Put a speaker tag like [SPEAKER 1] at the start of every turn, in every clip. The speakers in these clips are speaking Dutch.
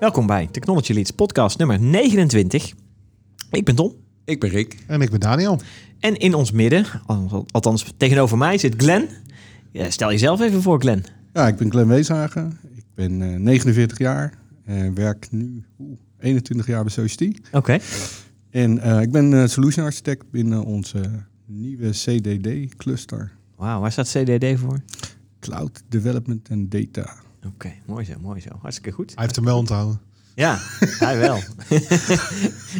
[SPEAKER 1] Welkom bij Technology Leads podcast nummer 29. Ik ben Tom
[SPEAKER 2] Ik ben Rick.
[SPEAKER 3] En ik ben Daniel.
[SPEAKER 1] en in ons midden, al- althans tegenover mij, zit Glenn. Ja, stel jezelf even voor, Glenn.
[SPEAKER 2] Ja, ik ben Glenn Weeshagen. Ik ben eh, 49 jaar. eh, werk nu oeh, 21 jaar bij Society.
[SPEAKER 1] Oké.
[SPEAKER 2] En eh, ik ben eh, solution architect binnen onze nieuwe CDD-cluster.
[SPEAKER 1] Wauw, waar staat CDD voor?
[SPEAKER 2] Cloud Development and Data.
[SPEAKER 1] Oké, mooi zo, mooi zo. Hartstikke goed.
[SPEAKER 3] Hij heeft hem wel onthouden.
[SPEAKER 1] Ja, hij wel.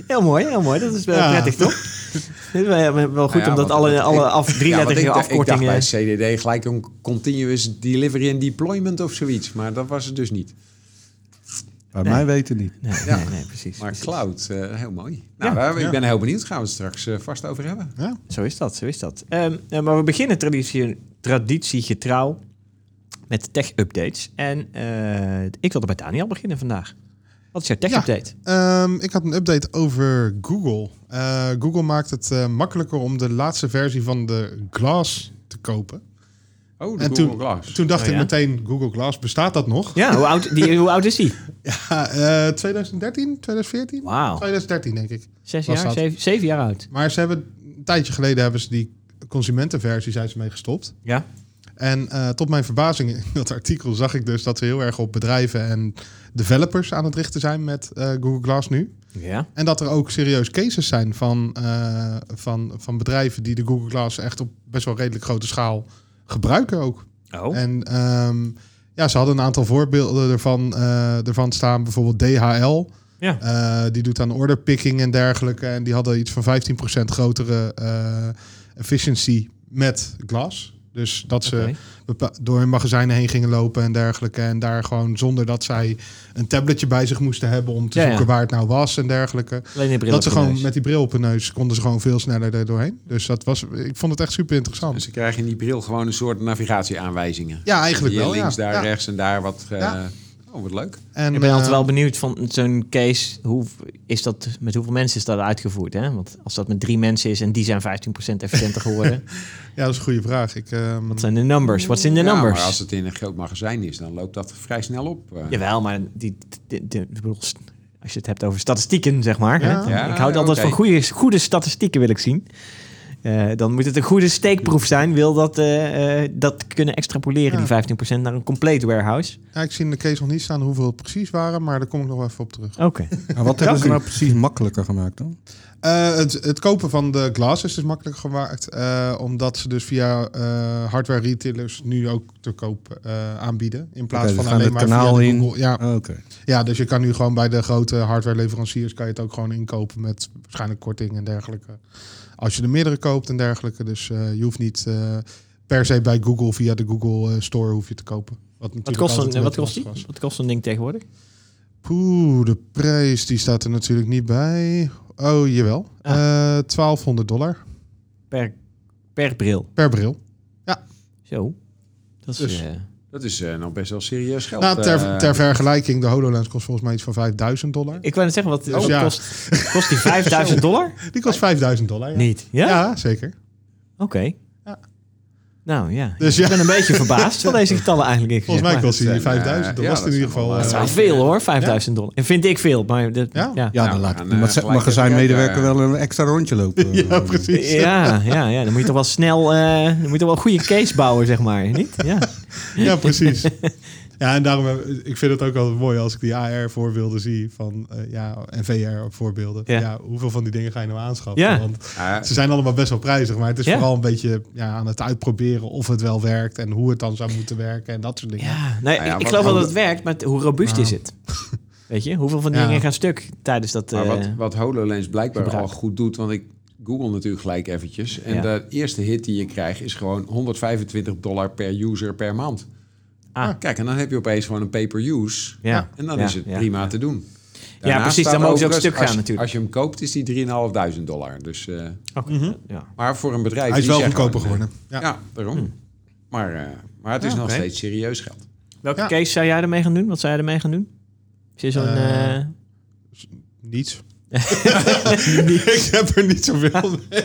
[SPEAKER 1] heel mooi, heel mooi. Dat is wel
[SPEAKER 3] Ja.
[SPEAKER 1] prettig, toch? Het is wel- wel goed,
[SPEAKER 4] Nou ja,
[SPEAKER 1] omdat
[SPEAKER 4] want-
[SPEAKER 1] alle,
[SPEAKER 4] want
[SPEAKER 1] alle
[SPEAKER 4] ik-
[SPEAKER 1] af, drie
[SPEAKER 4] want
[SPEAKER 1] letterige
[SPEAKER 4] ik dacht-
[SPEAKER 1] afkortingen...
[SPEAKER 4] Ik dacht bij CDD gelijk een continuous delivery en deployment of zoiets. Maar dat was het dus niet.
[SPEAKER 2] Bij
[SPEAKER 1] Nee.
[SPEAKER 2] mij weten niet.
[SPEAKER 1] nee,
[SPEAKER 4] Ja.
[SPEAKER 1] nee, nee, precies.
[SPEAKER 4] Maar
[SPEAKER 1] precies.
[SPEAKER 4] cloud, eh, heel mooi. Nou,
[SPEAKER 1] Ja,
[SPEAKER 4] daar-
[SPEAKER 3] ja.
[SPEAKER 4] ik ben heel benieuwd. Gaan we het straks eh, vast over hebben.
[SPEAKER 3] Ja.
[SPEAKER 1] Zo is dat, zo is dat. Ehm, eh, maar we beginnen traditie, traditiegetrouw met tech-updates. En eh, ik wilde bij Daniel beginnen vandaag. Wat is jouw tech-update?
[SPEAKER 3] Ehm, ik had een update over Google. Eh, Google maakt het eh, makkelijker om de laatste versie van de Glass te kopen.
[SPEAKER 4] Oh, de
[SPEAKER 3] En
[SPEAKER 4] Google
[SPEAKER 3] toen-
[SPEAKER 4] Glass.
[SPEAKER 3] Toen dacht
[SPEAKER 1] Oh,
[SPEAKER 3] ik
[SPEAKER 1] ja?
[SPEAKER 3] meteen, Google Glass, bestaat dat nog?
[SPEAKER 1] Ja, hoe oud, die, hoe oud is die?
[SPEAKER 3] Ja, eh, 2013, 2014?
[SPEAKER 1] Wauw,
[SPEAKER 3] 2013 denk ik.
[SPEAKER 1] zes
[SPEAKER 3] Was
[SPEAKER 1] jaar,
[SPEAKER 3] dat?
[SPEAKER 1] zeven, zeven jaar oud.
[SPEAKER 3] Maar ze hebben een tijdje geleden hebben ze die consumentenversie zijn ze mee gestopt.
[SPEAKER 1] Ja.
[SPEAKER 3] En eh, tot mijn verbazing in dat artikel zag ik dus dat ze heel erg op bedrijven en developers aan het richten zijn met eh, Google Glass nu.
[SPEAKER 1] Ja,
[SPEAKER 3] En dat er ook serieus cases zijn van, eh, van, van bedrijven die de Google Glass echt op best wel redelijk grote schaal gebruiken ook.
[SPEAKER 1] oh,
[SPEAKER 3] En ehm, ja, ze hadden een aantal voorbeelden ervan, eh, ervan staan. Bijvoorbeeld DHL.
[SPEAKER 1] Ja.
[SPEAKER 3] Eh, die doet aan orderpicking en dergelijke. En die hadden iets van 15% grotere eh efficiency met glas. Dus dat ze
[SPEAKER 1] oké.
[SPEAKER 3] bepa- door hun magazijnen heen gingen lopen en dergelijke. En daar gewoon zonder dat zij een tabletje bij zich moesten hebben om te
[SPEAKER 1] Ja, ja.
[SPEAKER 3] zoeken waar het nou was en dergelijke.
[SPEAKER 1] Alleen een bril
[SPEAKER 3] Dat ze
[SPEAKER 1] op je
[SPEAKER 3] gewoon
[SPEAKER 1] neus.
[SPEAKER 3] met die bril op hun neus konden ze gewoon veel sneller er doorheen. Dus dat was, ik vond het echt super
[SPEAKER 4] En
[SPEAKER 3] interessant.
[SPEAKER 4] Dus ze krijgen in die bril gewoon een soort navigatieaanwijzingen.
[SPEAKER 3] Ja, eigenlijk
[SPEAKER 4] Hier
[SPEAKER 3] wel.
[SPEAKER 4] links,
[SPEAKER 3] ja.
[SPEAKER 4] daar
[SPEAKER 3] Ja.
[SPEAKER 4] rechts en daar wat... eh,
[SPEAKER 3] Ja.
[SPEAKER 4] Oh, wat leuk.
[SPEAKER 3] En,
[SPEAKER 1] Ik ben altijd
[SPEAKER 3] eh,
[SPEAKER 1] wel benieuwd van zo'n case. Hoe is dat, met hoeveel mensen is dat uitgevoerd? Hè? Want als dat met drie mensen is en die zijn 15% efficiënter geworden.
[SPEAKER 3] Ja, dat is een goede vraag. Ik, ehm,
[SPEAKER 1] wat zijn de numbers? Wat zijn de
[SPEAKER 4] Ja,
[SPEAKER 1] numbers?
[SPEAKER 4] maar als het in een groot magazijn is, dan loopt dat vrij snel op. eh.
[SPEAKER 1] Jawel, maar die, die- die- ik bedoel, st- als je het hebt over statistieken, zeg maar. hè,
[SPEAKER 3] Ja.
[SPEAKER 1] dan-
[SPEAKER 4] Ja,
[SPEAKER 1] ik houd altijd
[SPEAKER 4] oké.
[SPEAKER 1] van goede, goede statistieken, wil ik zien. Eh, dan moet het een goede steekproef zijn. Wil dat, eh, eh, dat kunnen extrapoleren,
[SPEAKER 3] Ja.
[SPEAKER 1] die 15% naar een compleet warehouse.
[SPEAKER 3] ja, ik zie in de case nog niet staan hoeveel het precies waren, maar daar kom ik nog wel even op terug.
[SPEAKER 1] Oké.
[SPEAKER 2] Maar wat hebben ze
[SPEAKER 1] u.
[SPEAKER 2] nou precies makkelijker gemaakt dan?
[SPEAKER 3] Eh, het, het kopen van de glas is dus makkelijk gemaakt, eh, omdat ze dus via eh, hardware retailers nu ook te koop eh, aanbieden. In plaats
[SPEAKER 2] Oké, dus
[SPEAKER 3] van
[SPEAKER 2] gaan
[SPEAKER 3] alleen
[SPEAKER 2] het
[SPEAKER 3] maar
[SPEAKER 2] kanaal
[SPEAKER 3] via de
[SPEAKER 2] in.
[SPEAKER 3] Google. Ja,
[SPEAKER 2] Ah, Oké.
[SPEAKER 3] ja, dus je kan nu gewoon bij de grote hardware leveranciers kan je het ook gewoon inkopen met waarschijnlijk korting en dergelijke. Als je er meerdere koopt en dergelijke. Dus eh, je hoeft niet eh, per se bij Google via de Google eh, Store hoef je te kopen. Wat,
[SPEAKER 1] Wat
[SPEAKER 3] natuurlijk
[SPEAKER 1] kost,
[SPEAKER 3] altijd
[SPEAKER 1] een, wat,
[SPEAKER 3] beetje
[SPEAKER 1] kost die?
[SPEAKER 3] lastig was.
[SPEAKER 1] wat kost een ding tegenwoordig?
[SPEAKER 3] Poeh, de prijs die staat er natuurlijk niet bij. Oh, jawel.
[SPEAKER 1] Ah.
[SPEAKER 3] Eh 1200 dollar
[SPEAKER 1] Per, per bril.
[SPEAKER 3] per bril.
[SPEAKER 1] Zo. Dat is,
[SPEAKER 3] Dus-
[SPEAKER 1] eh,
[SPEAKER 4] Dat is eh, nog best wel serieus geld.
[SPEAKER 3] nou, ter,
[SPEAKER 4] eh.
[SPEAKER 3] ter vergelijking, de HoloLens kost volgens mij iets van 5000 dollar.
[SPEAKER 1] ik wou net zeggen, wat wat
[SPEAKER 3] Oh, ja.
[SPEAKER 1] kost, kost die 5000 dollar?
[SPEAKER 3] Die kost 5000 dollar. Ja.
[SPEAKER 1] Niet. Ja?
[SPEAKER 3] Ja? zeker.
[SPEAKER 1] Oké.
[SPEAKER 3] Ja.
[SPEAKER 1] Nou ja,
[SPEAKER 3] Dus
[SPEAKER 1] ik
[SPEAKER 3] ja,
[SPEAKER 1] ben een beetje verbaasd van deze getallen eigenlijk. eerlijk
[SPEAKER 3] volgens mij
[SPEAKER 1] gezegd, maar-
[SPEAKER 4] dat
[SPEAKER 3] kost die
[SPEAKER 4] zijn,
[SPEAKER 3] 5000. Dat
[SPEAKER 4] eh,
[SPEAKER 3] was
[SPEAKER 4] ja,
[SPEAKER 3] het
[SPEAKER 4] dat
[SPEAKER 3] in ieder
[SPEAKER 4] zijn
[SPEAKER 3] geval.
[SPEAKER 4] wel
[SPEAKER 1] Dat is wel
[SPEAKER 3] eh,
[SPEAKER 4] Ja.
[SPEAKER 1] veel hoor, 5000 dollar. En vind ik veel, maar dat, ja.
[SPEAKER 3] Ja.
[SPEAKER 1] Ja.
[SPEAKER 2] Ja,
[SPEAKER 4] Nou,
[SPEAKER 2] dan
[SPEAKER 4] we
[SPEAKER 2] laat
[SPEAKER 4] gaan,
[SPEAKER 2] ik
[SPEAKER 4] eh,
[SPEAKER 2] de maza-
[SPEAKER 4] gelijk
[SPEAKER 2] magazijnmedewerker
[SPEAKER 4] even, eh,
[SPEAKER 2] wel een extra rondje lopen. Eh,
[SPEAKER 3] ja, precies. Ja.
[SPEAKER 1] Ja, ja, Dan moet je toch wel snel, eh, dan moet je toch wel een goede case bouwen, zeg maar. Niet? Ja.
[SPEAKER 3] precies. Ja, en daarom, heb- ik vind het ook altijd mooi als ik die AR-voorbeelden zie van, eh, ja, en VR-voorbeelden.
[SPEAKER 1] Ja.
[SPEAKER 3] Ja. hoeveel van die dingen ga je nou aanschaffen?
[SPEAKER 1] Ja.
[SPEAKER 3] Want
[SPEAKER 4] Ah,
[SPEAKER 3] Ze zijn allemaal best wel prijzig, maar het is
[SPEAKER 1] Ja.
[SPEAKER 3] vooral een beetje ja, aan het uitproberen of het wel werkt en hoe het dan zou moeten werken en dat soort dingen.
[SPEAKER 1] ja. Nee,
[SPEAKER 4] ja,
[SPEAKER 1] ik- ik,
[SPEAKER 4] wat-
[SPEAKER 1] geloof wel dat
[SPEAKER 4] wat-
[SPEAKER 1] het werkt, maar t- hoe robuust
[SPEAKER 3] Nou.
[SPEAKER 1] is het? Weet je, hoeveel van die
[SPEAKER 3] Ja.
[SPEAKER 1] dingen gaan stuk tijdens dat...
[SPEAKER 4] Maar
[SPEAKER 1] eh,
[SPEAKER 4] wat, wat HoloLens blijkbaar
[SPEAKER 1] gebruik.
[SPEAKER 4] al goed doet, want ik google natuurlijk gelijk eventjes. En
[SPEAKER 1] Ja.
[SPEAKER 4] de eerste hit die je krijgt is gewoon 125 dollar per user per maand.
[SPEAKER 1] Ah.
[SPEAKER 4] Ah, Kijk, en dan heb je opeens gewoon een pay-per-use.
[SPEAKER 1] ja.
[SPEAKER 4] En dan
[SPEAKER 1] Ja,
[SPEAKER 4] is het
[SPEAKER 1] ja,
[SPEAKER 4] prima
[SPEAKER 1] ja.
[SPEAKER 4] te doen.
[SPEAKER 1] precies,
[SPEAKER 4] staan
[SPEAKER 1] dan mogen ze ook
[SPEAKER 4] overigens,
[SPEAKER 1] stuk gaan
[SPEAKER 4] als je-
[SPEAKER 1] natuurlijk.
[SPEAKER 4] Als je hem koopt is die 3.500 dollar. Dus, eh,
[SPEAKER 1] Oké,
[SPEAKER 3] Mhm.
[SPEAKER 1] ja.
[SPEAKER 4] maar voor een bedrijf...
[SPEAKER 3] Hij is
[SPEAKER 4] die
[SPEAKER 3] wel
[SPEAKER 4] zegt
[SPEAKER 3] goedkoper
[SPEAKER 4] gewoon, eh,
[SPEAKER 3] geworden. Ja.
[SPEAKER 4] Ja, daarom. Maar, eh, maar het is
[SPEAKER 3] Ja,
[SPEAKER 4] nog
[SPEAKER 1] Hmm. oké.
[SPEAKER 4] steeds serieus geld.
[SPEAKER 1] Welke
[SPEAKER 3] Ja.
[SPEAKER 1] Eh, case zou jij ermee gaan doen? Wat zou jij ermee gaan doen? Is er zo'n...
[SPEAKER 3] Eh,
[SPEAKER 1] eh,
[SPEAKER 3] Niets. ik heb er niet zoveel mee.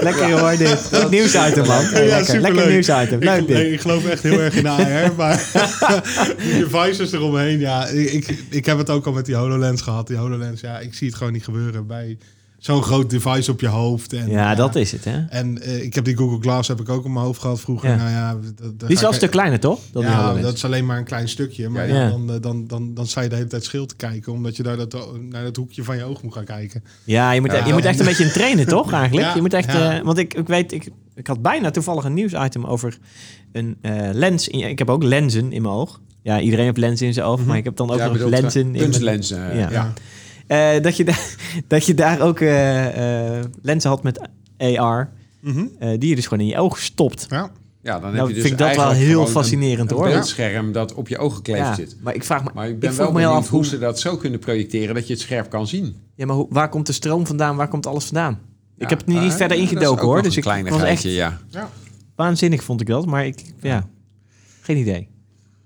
[SPEAKER 1] Lekker hoor dit. Goed nieuwsitem man. Hey, lekker, lekker nieuwsitem.
[SPEAKER 3] Ik,
[SPEAKER 1] Leuk dit.
[SPEAKER 3] nee, ik geloof echt heel erg in AR, maar die devices eromheen, ja. Ik, ik, ik heb het ook al met die HoloLens gehad. Die HoloLens, ja, ik zie het gewoon niet gebeuren bij zo'n groot device op je hoofd. En,
[SPEAKER 1] Ja, dat is het hè.
[SPEAKER 3] En eh, ik heb die Google Glass heb ik ook in mijn hoofd gehad vroeger.
[SPEAKER 1] Ja.
[SPEAKER 3] Nou ja, dat- dat- daar
[SPEAKER 1] Die is
[SPEAKER 3] ga
[SPEAKER 1] wel
[SPEAKER 3] ik-
[SPEAKER 1] een stuk kleiner toch? Dan die
[SPEAKER 3] ja,
[SPEAKER 1] HoloLens.
[SPEAKER 3] dat is alleen maar een klein stukje. Maar
[SPEAKER 1] Ja,
[SPEAKER 3] ja,
[SPEAKER 1] ja.
[SPEAKER 3] Dan, eh, dan, dan, dan sta je de hele tijd schil te kijken. Omdat je daar dat, eh, naar dat hoekje van je oog moet gaan kijken.
[SPEAKER 1] Ja, je moet, e-
[SPEAKER 3] Ja.
[SPEAKER 1] je moet echt een beetje in trainen, toch? Eigenlijk.
[SPEAKER 3] Ja,
[SPEAKER 1] je moet echt,
[SPEAKER 3] ja.
[SPEAKER 1] eh, want ik, ik weet, ik, ik had bijna toevallig een nieuwsitem over een eh, lens. in je- ik heb ook lenzen in mijn oog. Ja, iedereen heeft lenzen in zijn oog, maar ik heb dan ook
[SPEAKER 4] Ja,
[SPEAKER 1] nog
[SPEAKER 4] bedoeld,
[SPEAKER 1] lenzen in mijn
[SPEAKER 4] Puntlens. Mhm. eh,
[SPEAKER 1] Ja.
[SPEAKER 3] Ja,
[SPEAKER 1] Eh, dat, je daar, dat je daar ook eh, eh, lenzen had met AR,
[SPEAKER 3] Mhm.
[SPEAKER 1] eh, die je dus gewoon in je oog stopt.
[SPEAKER 3] ja.
[SPEAKER 4] Ja, dan heb
[SPEAKER 1] Nou,
[SPEAKER 4] je dus
[SPEAKER 1] vind ik dat wel
[SPEAKER 4] eigenlijk
[SPEAKER 1] heel
[SPEAKER 4] gewoon
[SPEAKER 1] fascinerend,
[SPEAKER 4] een,
[SPEAKER 1] hoor.
[SPEAKER 4] Een beeldscherm dat op je ogen gekleefd
[SPEAKER 1] Ja,
[SPEAKER 4] zit.
[SPEAKER 1] maar ik vraag me,
[SPEAKER 4] Maar ik ben
[SPEAKER 1] ik vroeg
[SPEAKER 4] wel
[SPEAKER 1] me heel
[SPEAKER 4] benieuwd
[SPEAKER 1] af,
[SPEAKER 4] hoe
[SPEAKER 1] hoe,
[SPEAKER 4] ze dat zo kunnen projecteren dat je het scherp kan zien.
[SPEAKER 1] ja, maar hoe, waar komt de stroom vandaan? Waar komt alles vandaan?
[SPEAKER 4] Ja,
[SPEAKER 1] ik heb het niet,
[SPEAKER 4] maar,
[SPEAKER 1] niet verder
[SPEAKER 4] eh, dat is
[SPEAKER 1] ingedoken
[SPEAKER 4] ook
[SPEAKER 1] hoor.
[SPEAKER 4] nog
[SPEAKER 1] Dus
[SPEAKER 4] een
[SPEAKER 1] ik ik was echt
[SPEAKER 4] kleinigheidje, ja.
[SPEAKER 1] Waanzinnig vond ik dat, maar ik, ja, geen idee.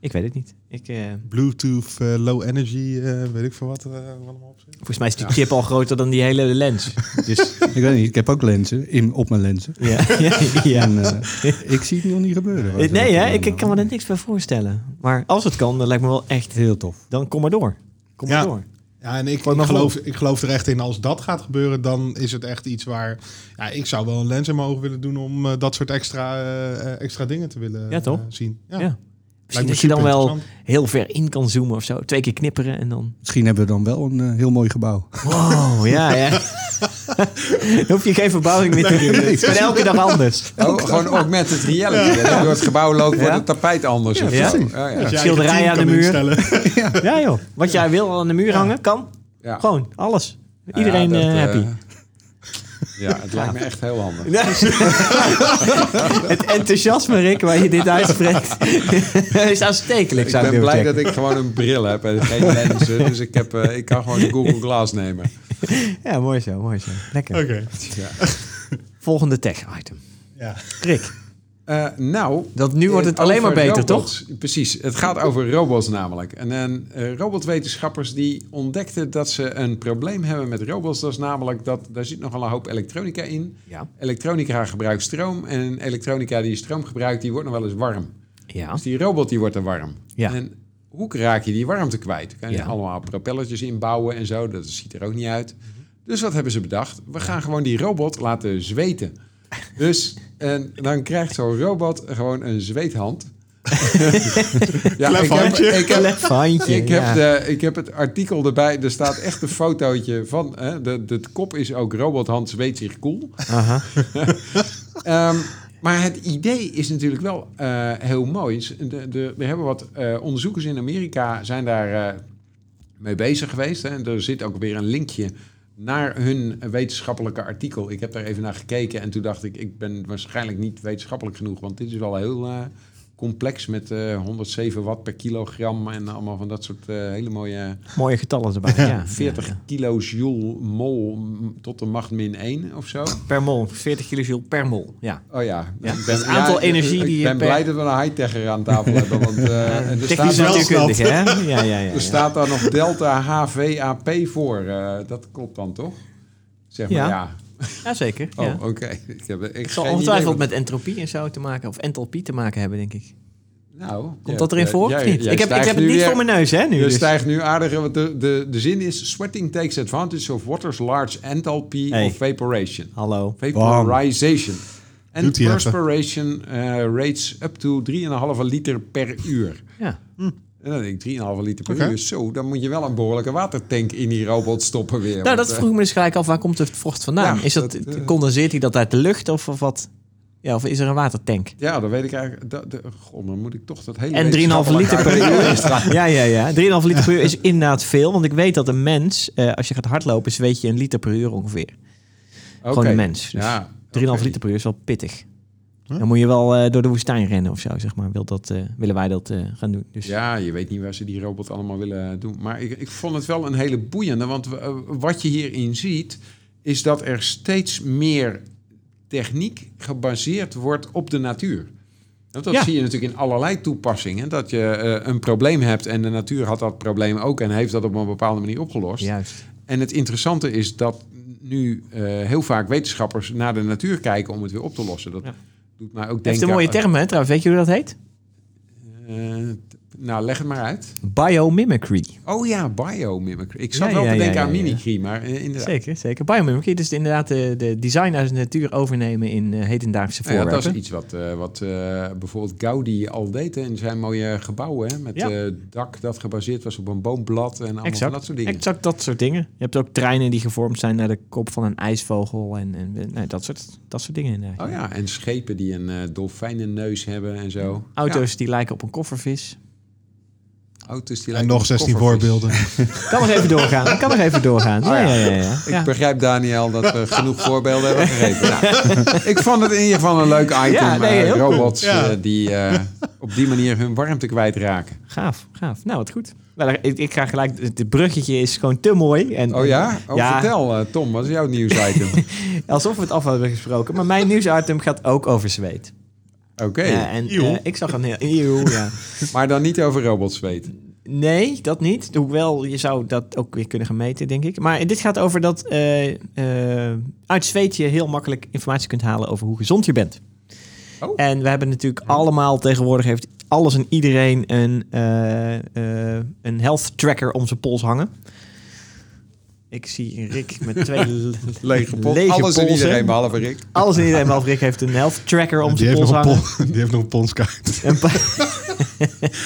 [SPEAKER 1] Ik weet het niet. Ik, eh,
[SPEAKER 3] Bluetooth, eh, low energy, eh, weet ik veel wat. eh, wat allemaal op zit.
[SPEAKER 1] volgens mij is die chip al groter dan die hele lens. Dus
[SPEAKER 2] Ik weet niet, ik heb ook lenzen in, op mijn lenzen.
[SPEAKER 1] ja, ja, ja.
[SPEAKER 2] En eh, ik zie het nog niet gebeuren.
[SPEAKER 1] Eh, Nee, hè? Ik, ik kan me er niks bij voorstellen. Maar als het kan, dan lijkt me wel echt
[SPEAKER 2] Heel tof.
[SPEAKER 1] Dan kom maar door. Kom maar
[SPEAKER 3] Ja.
[SPEAKER 1] door.
[SPEAKER 3] Ja, en ik,
[SPEAKER 1] Gooi
[SPEAKER 3] ik,
[SPEAKER 1] maar vol.
[SPEAKER 3] geloof, ik geloof er echt in. Als dat gaat gebeuren, dan is het echt iets waar... Ja, ik zou wel een lens in mijn ogen willen doen om eh, dat soort extra, eh, eh, extra dingen te willen
[SPEAKER 1] Ja, toch?
[SPEAKER 3] eh, zien. Ja.
[SPEAKER 1] Ja. Misschien
[SPEAKER 3] me
[SPEAKER 1] dat je dan wel
[SPEAKER 3] superinteressant.
[SPEAKER 1] heel ver in kan zoomen of zo. Twee keer knipperen en dan...
[SPEAKER 2] Misschien hebben we dan wel een eh, heel mooi gebouw.
[SPEAKER 1] Wow, Oh, ja, ja. Dan hoef je geen verbouwing meer te doen. Het is elke dag anders.
[SPEAKER 4] Oh, gewoon ook met het reality. Dat je Door het gebouw loopt, wordt
[SPEAKER 1] Ja.
[SPEAKER 4] het tapijt anders. of
[SPEAKER 1] Ja.
[SPEAKER 4] zo. Oh,
[SPEAKER 1] precies.
[SPEAKER 4] Ja,
[SPEAKER 3] Dat
[SPEAKER 4] ja.
[SPEAKER 3] je eigen
[SPEAKER 1] Schilderij
[SPEAKER 3] team
[SPEAKER 1] aan de
[SPEAKER 3] kan
[SPEAKER 1] muur.
[SPEAKER 3] instellen.
[SPEAKER 1] Ja joh, wat jij wil aan de muur hangen, kan.
[SPEAKER 4] Ja.
[SPEAKER 1] Gewoon, alles. Iedereen
[SPEAKER 4] Ja, dat,
[SPEAKER 1] eh,
[SPEAKER 4] eh,
[SPEAKER 1] happy.
[SPEAKER 4] ja, het lijkt me echt heel handig.
[SPEAKER 1] Ja. het enthousiasme, Rick, waar je dit uitspreekt, is aanstekelijk.
[SPEAKER 4] Ik
[SPEAKER 1] Zou ik durven
[SPEAKER 4] ben blij dat
[SPEAKER 1] zeggen.
[SPEAKER 4] ik gewoon een bril heb en geen lenzen. Dus ik, heb, eh, ik kan gewoon de Google Glass nemen.
[SPEAKER 1] Ja, mooi zo, mooi zo. Lekker.
[SPEAKER 3] Oké.
[SPEAKER 1] Volgende tech-item.
[SPEAKER 3] Ja.
[SPEAKER 1] Rick,
[SPEAKER 4] Eh, nou,
[SPEAKER 1] dat, nu wordt het
[SPEAKER 4] Eh,
[SPEAKER 1] alleen maar
[SPEAKER 4] over
[SPEAKER 1] beter, toch?
[SPEAKER 4] robots. Precies, het gaat over robots namelijk. En, en eh, robotwetenschappers die ontdekten dat ze een probleem hebben met robots. Dat is namelijk dat daar zit nogal een hoop elektronica in.
[SPEAKER 1] Ja.
[SPEAKER 4] Elektronica gebruikt stroom en elektronica die stroom gebruikt, die wordt nog wel eens warm.
[SPEAKER 1] Ja.
[SPEAKER 4] Dus die robot die wordt er warm.
[SPEAKER 1] Ja.
[SPEAKER 4] En hoe raak je die warmte kwijt? Kan je
[SPEAKER 1] Ja.
[SPEAKER 4] allemaal propellertjes inbouwen en zo? Dat ziet er ook niet uit. Dus wat hebben ze bedacht? We gaan gewoon die robot laten zweten. Dus en dan krijgt zo'n robot gewoon een zweethand. ja, ik heb,
[SPEAKER 3] Klefhandje.
[SPEAKER 4] ik heb,
[SPEAKER 1] Elefantje.
[SPEAKER 4] ik,
[SPEAKER 1] ja.
[SPEAKER 4] heb de, ik heb het artikel erbij. Er staat echt een fotootje van. Hè, de, de, kop is ook robothand zweet zich cool.
[SPEAKER 1] Aha.
[SPEAKER 4] Ehm, maar het idee is natuurlijk wel eh, heel mooi. S- de- de- We hebben wat eh, onderzoekers in Amerika zijn daar eh, mee bezig geweest. Hè. En er zit ook weer een linkje naar hun wetenschappelijke artikel. Ik heb daar even naar gekeken en toen dacht ik, ik ben waarschijnlijk niet wetenschappelijk genoeg, want dit is wel heel eh, complex met eh, 107 watt per kilogram en allemaal van dat soort eh, hele mooie
[SPEAKER 1] Mooie getallen erbij. Ja. Ja.
[SPEAKER 4] 40 kilojoule mol m- tot de macht min 1 of zo.
[SPEAKER 1] Per mol. 40 kilojoule per mol. Ja.
[SPEAKER 4] Oh ja.
[SPEAKER 1] Ja,
[SPEAKER 4] Ik
[SPEAKER 1] het aantal
[SPEAKER 4] ik-
[SPEAKER 1] energie die
[SPEAKER 4] Ik
[SPEAKER 1] je
[SPEAKER 4] ben
[SPEAKER 1] per-
[SPEAKER 4] blij dat we een high-techer aan tafel hebben. Want eh, er, staat
[SPEAKER 1] Technisch
[SPEAKER 4] daar,
[SPEAKER 3] wel-
[SPEAKER 1] natuurkundige, hè? Ja, ja, ja. ja.
[SPEAKER 4] er staat daar nog delta HVAP voor. eh, dat klopt dan toch? Zeg maar
[SPEAKER 1] Ja.
[SPEAKER 4] ja.
[SPEAKER 1] Ja, zeker.
[SPEAKER 4] Oh,
[SPEAKER 1] ja.
[SPEAKER 4] oké. Ik heb ik
[SPEAKER 1] Het zal
[SPEAKER 4] geen
[SPEAKER 1] ongetwijfeld
[SPEAKER 4] idee wat-
[SPEAKER 1] met entropie en zo te maken, of enthalpie te maken hebben, denk ik.
[SPEAKER 4] Nou,
[SPEAKER 1] Komt dat erin voor? of niet? ik, heb, ik heb het niet voor mijn neus, hè? Nu,
[SPEAKER 4] Je
[SPEAKER 1] dus.
[SPEAKER 4] stijgt nu aardig, want de, de, de zin is... Sweating takes advantage of water's large enthalpy
[SPEAKER 1] Hey.
[SPEAKER 4] of vaporation.
[SPEAKER 1] Hallo.
[SPEAKER 4] Vaporization. En
[SPEAKER 3] Doet hij even.
[SPEAKER 4] perspiration eh, rates up to 3,5 liter per uur.
[SPEAKER 1] Ja.
[SPEAKER 4] En dan denk ik 3,5 liter per
[SPEAKER 3] Oké.
[SPEAKER 4] uur. Zo, dan moet je wel een behoorlijke watertank in die robot stoppen weer.
[SPEAKER 1] Nou,
[SPEAKER 4] Want,
[SPEAKER 1] dat
[SPEAKER 4] eh,
[SPEAKER 1] vroeg ik me dus gelijk af, waar komt het vocht vandaan?
[SPEAKER 4] Ja,
[SPEAKER 1] is dat,
[SPEAKER 4] dat, eh,
[SPEAKER 1] condenseert hij dat uit de lucht of, of wat? Ja, of is er een watertank?
[SPEAKER 4] ja, dat weet ik eigenlijk. Dat, dat- god, dan moet ik toch dat hele...
[SPEAKER 1] En 3,5 liter per
[SPEAKER 4] wetenschappelijke
[SPEAKER 1] uur.
[SPEAKER 4] uit-
[SPEAKER 1] Ja, ja, ja. 3,5 liter per uur is inderdaad veel. Want ik weet dat een mens, eh, als je gaat hardlopen, zweet je een liter per uur ongeveer.
[SPEAKER 4] Oké.
[SPEAKER 1] Gewoon een mens. Dus
[SPEAKER 4] Ja,
[SPEAKER 1] 3,5
[SPEAKER 4] oké.
[SPEAKER 1] liter per uur is wel pittig. Dan moet je wel eh, door de woestijn rennen of zo, zeg maar. Wil dat, eh, willen wij dat eh, gaan doen. Dus,
[SPEAKER 4] Ja, je weet niet waar ze die robot allemaal willen eh, doen. Maar ik, ik vond het wel een hele boeiende. Want eh, wat je hierin ziet, is dat er steeds meer techniek gebaseerd wordt op de natuur. Want dat
[SPEAKER 1] Ja.
[SPEAKER 4] zie je natuurlijk in allerlei toepassingen. Dat je eh, een probleem hebt en de natuur had dat probleem ook en heeft dat op een bepaalde manier opgelost.
[SPEAKER 1] Juist.
[SPEAKER 4] En het interessante is dat nu eh, heel vaak wetenschappers naar de natuur kijken om het weer op te lossen. Dat
[SPEAKER 1] Ja.
[SPEAKER 4] doet mij ook
[SPEAKER 1] Dat is
[SPEAKER 4] denken...
[SPEAKER 1] een mooie term, hè, trouwens. Weet je hoe dat heet?
[SPEAKER 4] Eh, t- nou, leg het maar uit.
[SPEAKER 1] Biomimicry.
[SPEAKER 4] Oh ja, biomimicry. Ik zat
[SPEAKER 1] Ja,
[SPEAKER 4] wel
[SPEAKER 1] ja,
[SPEAKER 4] te
[SPEAKER 1] ja,
[SPEAKER 4] denken
[SPEAKER 1] ja,
[SPEAKER 4] aan
[SPEAKER 1] ja.
[SPEAKER 4] mimicry, maar eh, inderdaad.
[SPEAKER 1] Zeker, zeker. Biomimicry, dus inderdaad de, de design uit de natuur overnemen in eh, hedendaagse
[SPEAKER 4] Nou Ja,
[SPEAKER 1] voorwerpen.
[SPEAKER 4] dat is iets wat, eh, wat eh, bijvoorbeeld Gaudi al deed hè, in zijn mooie gebouwen. Hè, met
[SPEAKER 1] Ja.
[SPEAKER 4] eh, dak dat gebaseerd was op een boomblad en allemaal van
[SPEAKER 1] Exact.
[SPEAKER 4] dat soort dingen.
[SPEAKER 1] Exact dat soort dingen. Je hebt ook treinen die gevormd zijn naar de kop van een ijsvogel en, en nee, dat, soort, dat soort dingen inderdaad.
[SPEAKER 4] Oh ja, en schepen die een eh dolfijnenneus hebben en zo.
[SPEAKER 1] Auto's die lijken op een koffervis.
[SPEAKER 4] Ja, auto's die
[SPEAKER 3] En
[SPEAKER 4] lijken
[SPEAKER 3] nog
[SPEAKER 4] op
[SPEAKER 3] 16
[SPEAKER 4] koffervis.
[SPEAKER 3] voorbeelden.
[SPEAKER 1] Kan nog even doorgaan. Kan nog even doorgaan. Ja, ja, ja. ja.
[SPEAKER 4] Oh, Ik begrijp, Daniel, dat we genoeg voorbeelden hebben gegeven. Nou, ik vond het in ieder geval een leuk item.
[SPEAKER 1] Ja, nee,
[SPEAKER 4] eh,
[SPEAKER 1] heel cool.
[SPEAKER 4] robots
[SPEAKER 3] Ja.
[SPEAKER 4] eh, die eh, op die manier hun warmte kwijtraken.
[SPEAKER 1] Gaaf, gaaf. Nou, wat goed. Nou, daar- ik, ik ga gelijk... Het bruggetje is gewoon te mooi. En,
[SPEAKER 4] Oh ja? Oh,
[SPEAKER 1] Ja.
[SPEAKER 4] Vertel, eh, Tom, wat is jouw nieuwsitem?
[SPEAKER 1] Alsof we het af hebben gesproken. Maar mijn nieuwsitem gaat ook over zweet.
[SPEAKER 4] Oké,
[SPEAKER 1] Ja, en
[SPEAKER 3] Eeuw.
[SPEAKER 1] eh, ik zag een heel... Eeuw, ja.
[SPEAKER 4] maar dan niet over robots weten.
[SPEAKER 1] Nee, dat niet. Hoewel, je zou dat ook weer kunnen gaan meten, denk ik. Maar dit gaat over dat eh, eh, uit zweet je heel makkelijk informatie kunt halen over hoe gezond je bent.
[SPEAKER 4] Oh.
[SPEAKER 1] En we hebben natuurlijk allemaal tegenwoordig heeft alles en iedereen een, eh, eh, een health tracker om zijn pols hangen. Ik zie Rick met twee le-
[SPEAKER 4] Lege pot,
[SPEAKER 1] lege
[SPEAKER 4] alles en
[SPEAKER 1] polsen.
[SPEAKER 4] iedereen behalve Rick.
[SPEAKER 1] Alles en iedereen, behalve Rick, heeft een health tracker om
[SPEAKER 3] Die
[SPEAKER 1] zijn
[SPEAKER 3] heeft,
[SPEAKER 1] pols
[SPEAKER 3] nog een
[SPEAKER 1] hangen.
[SPEAKER 3] pon- die heeft nog een ponskaart.
[SPEAKER 1] Een pa-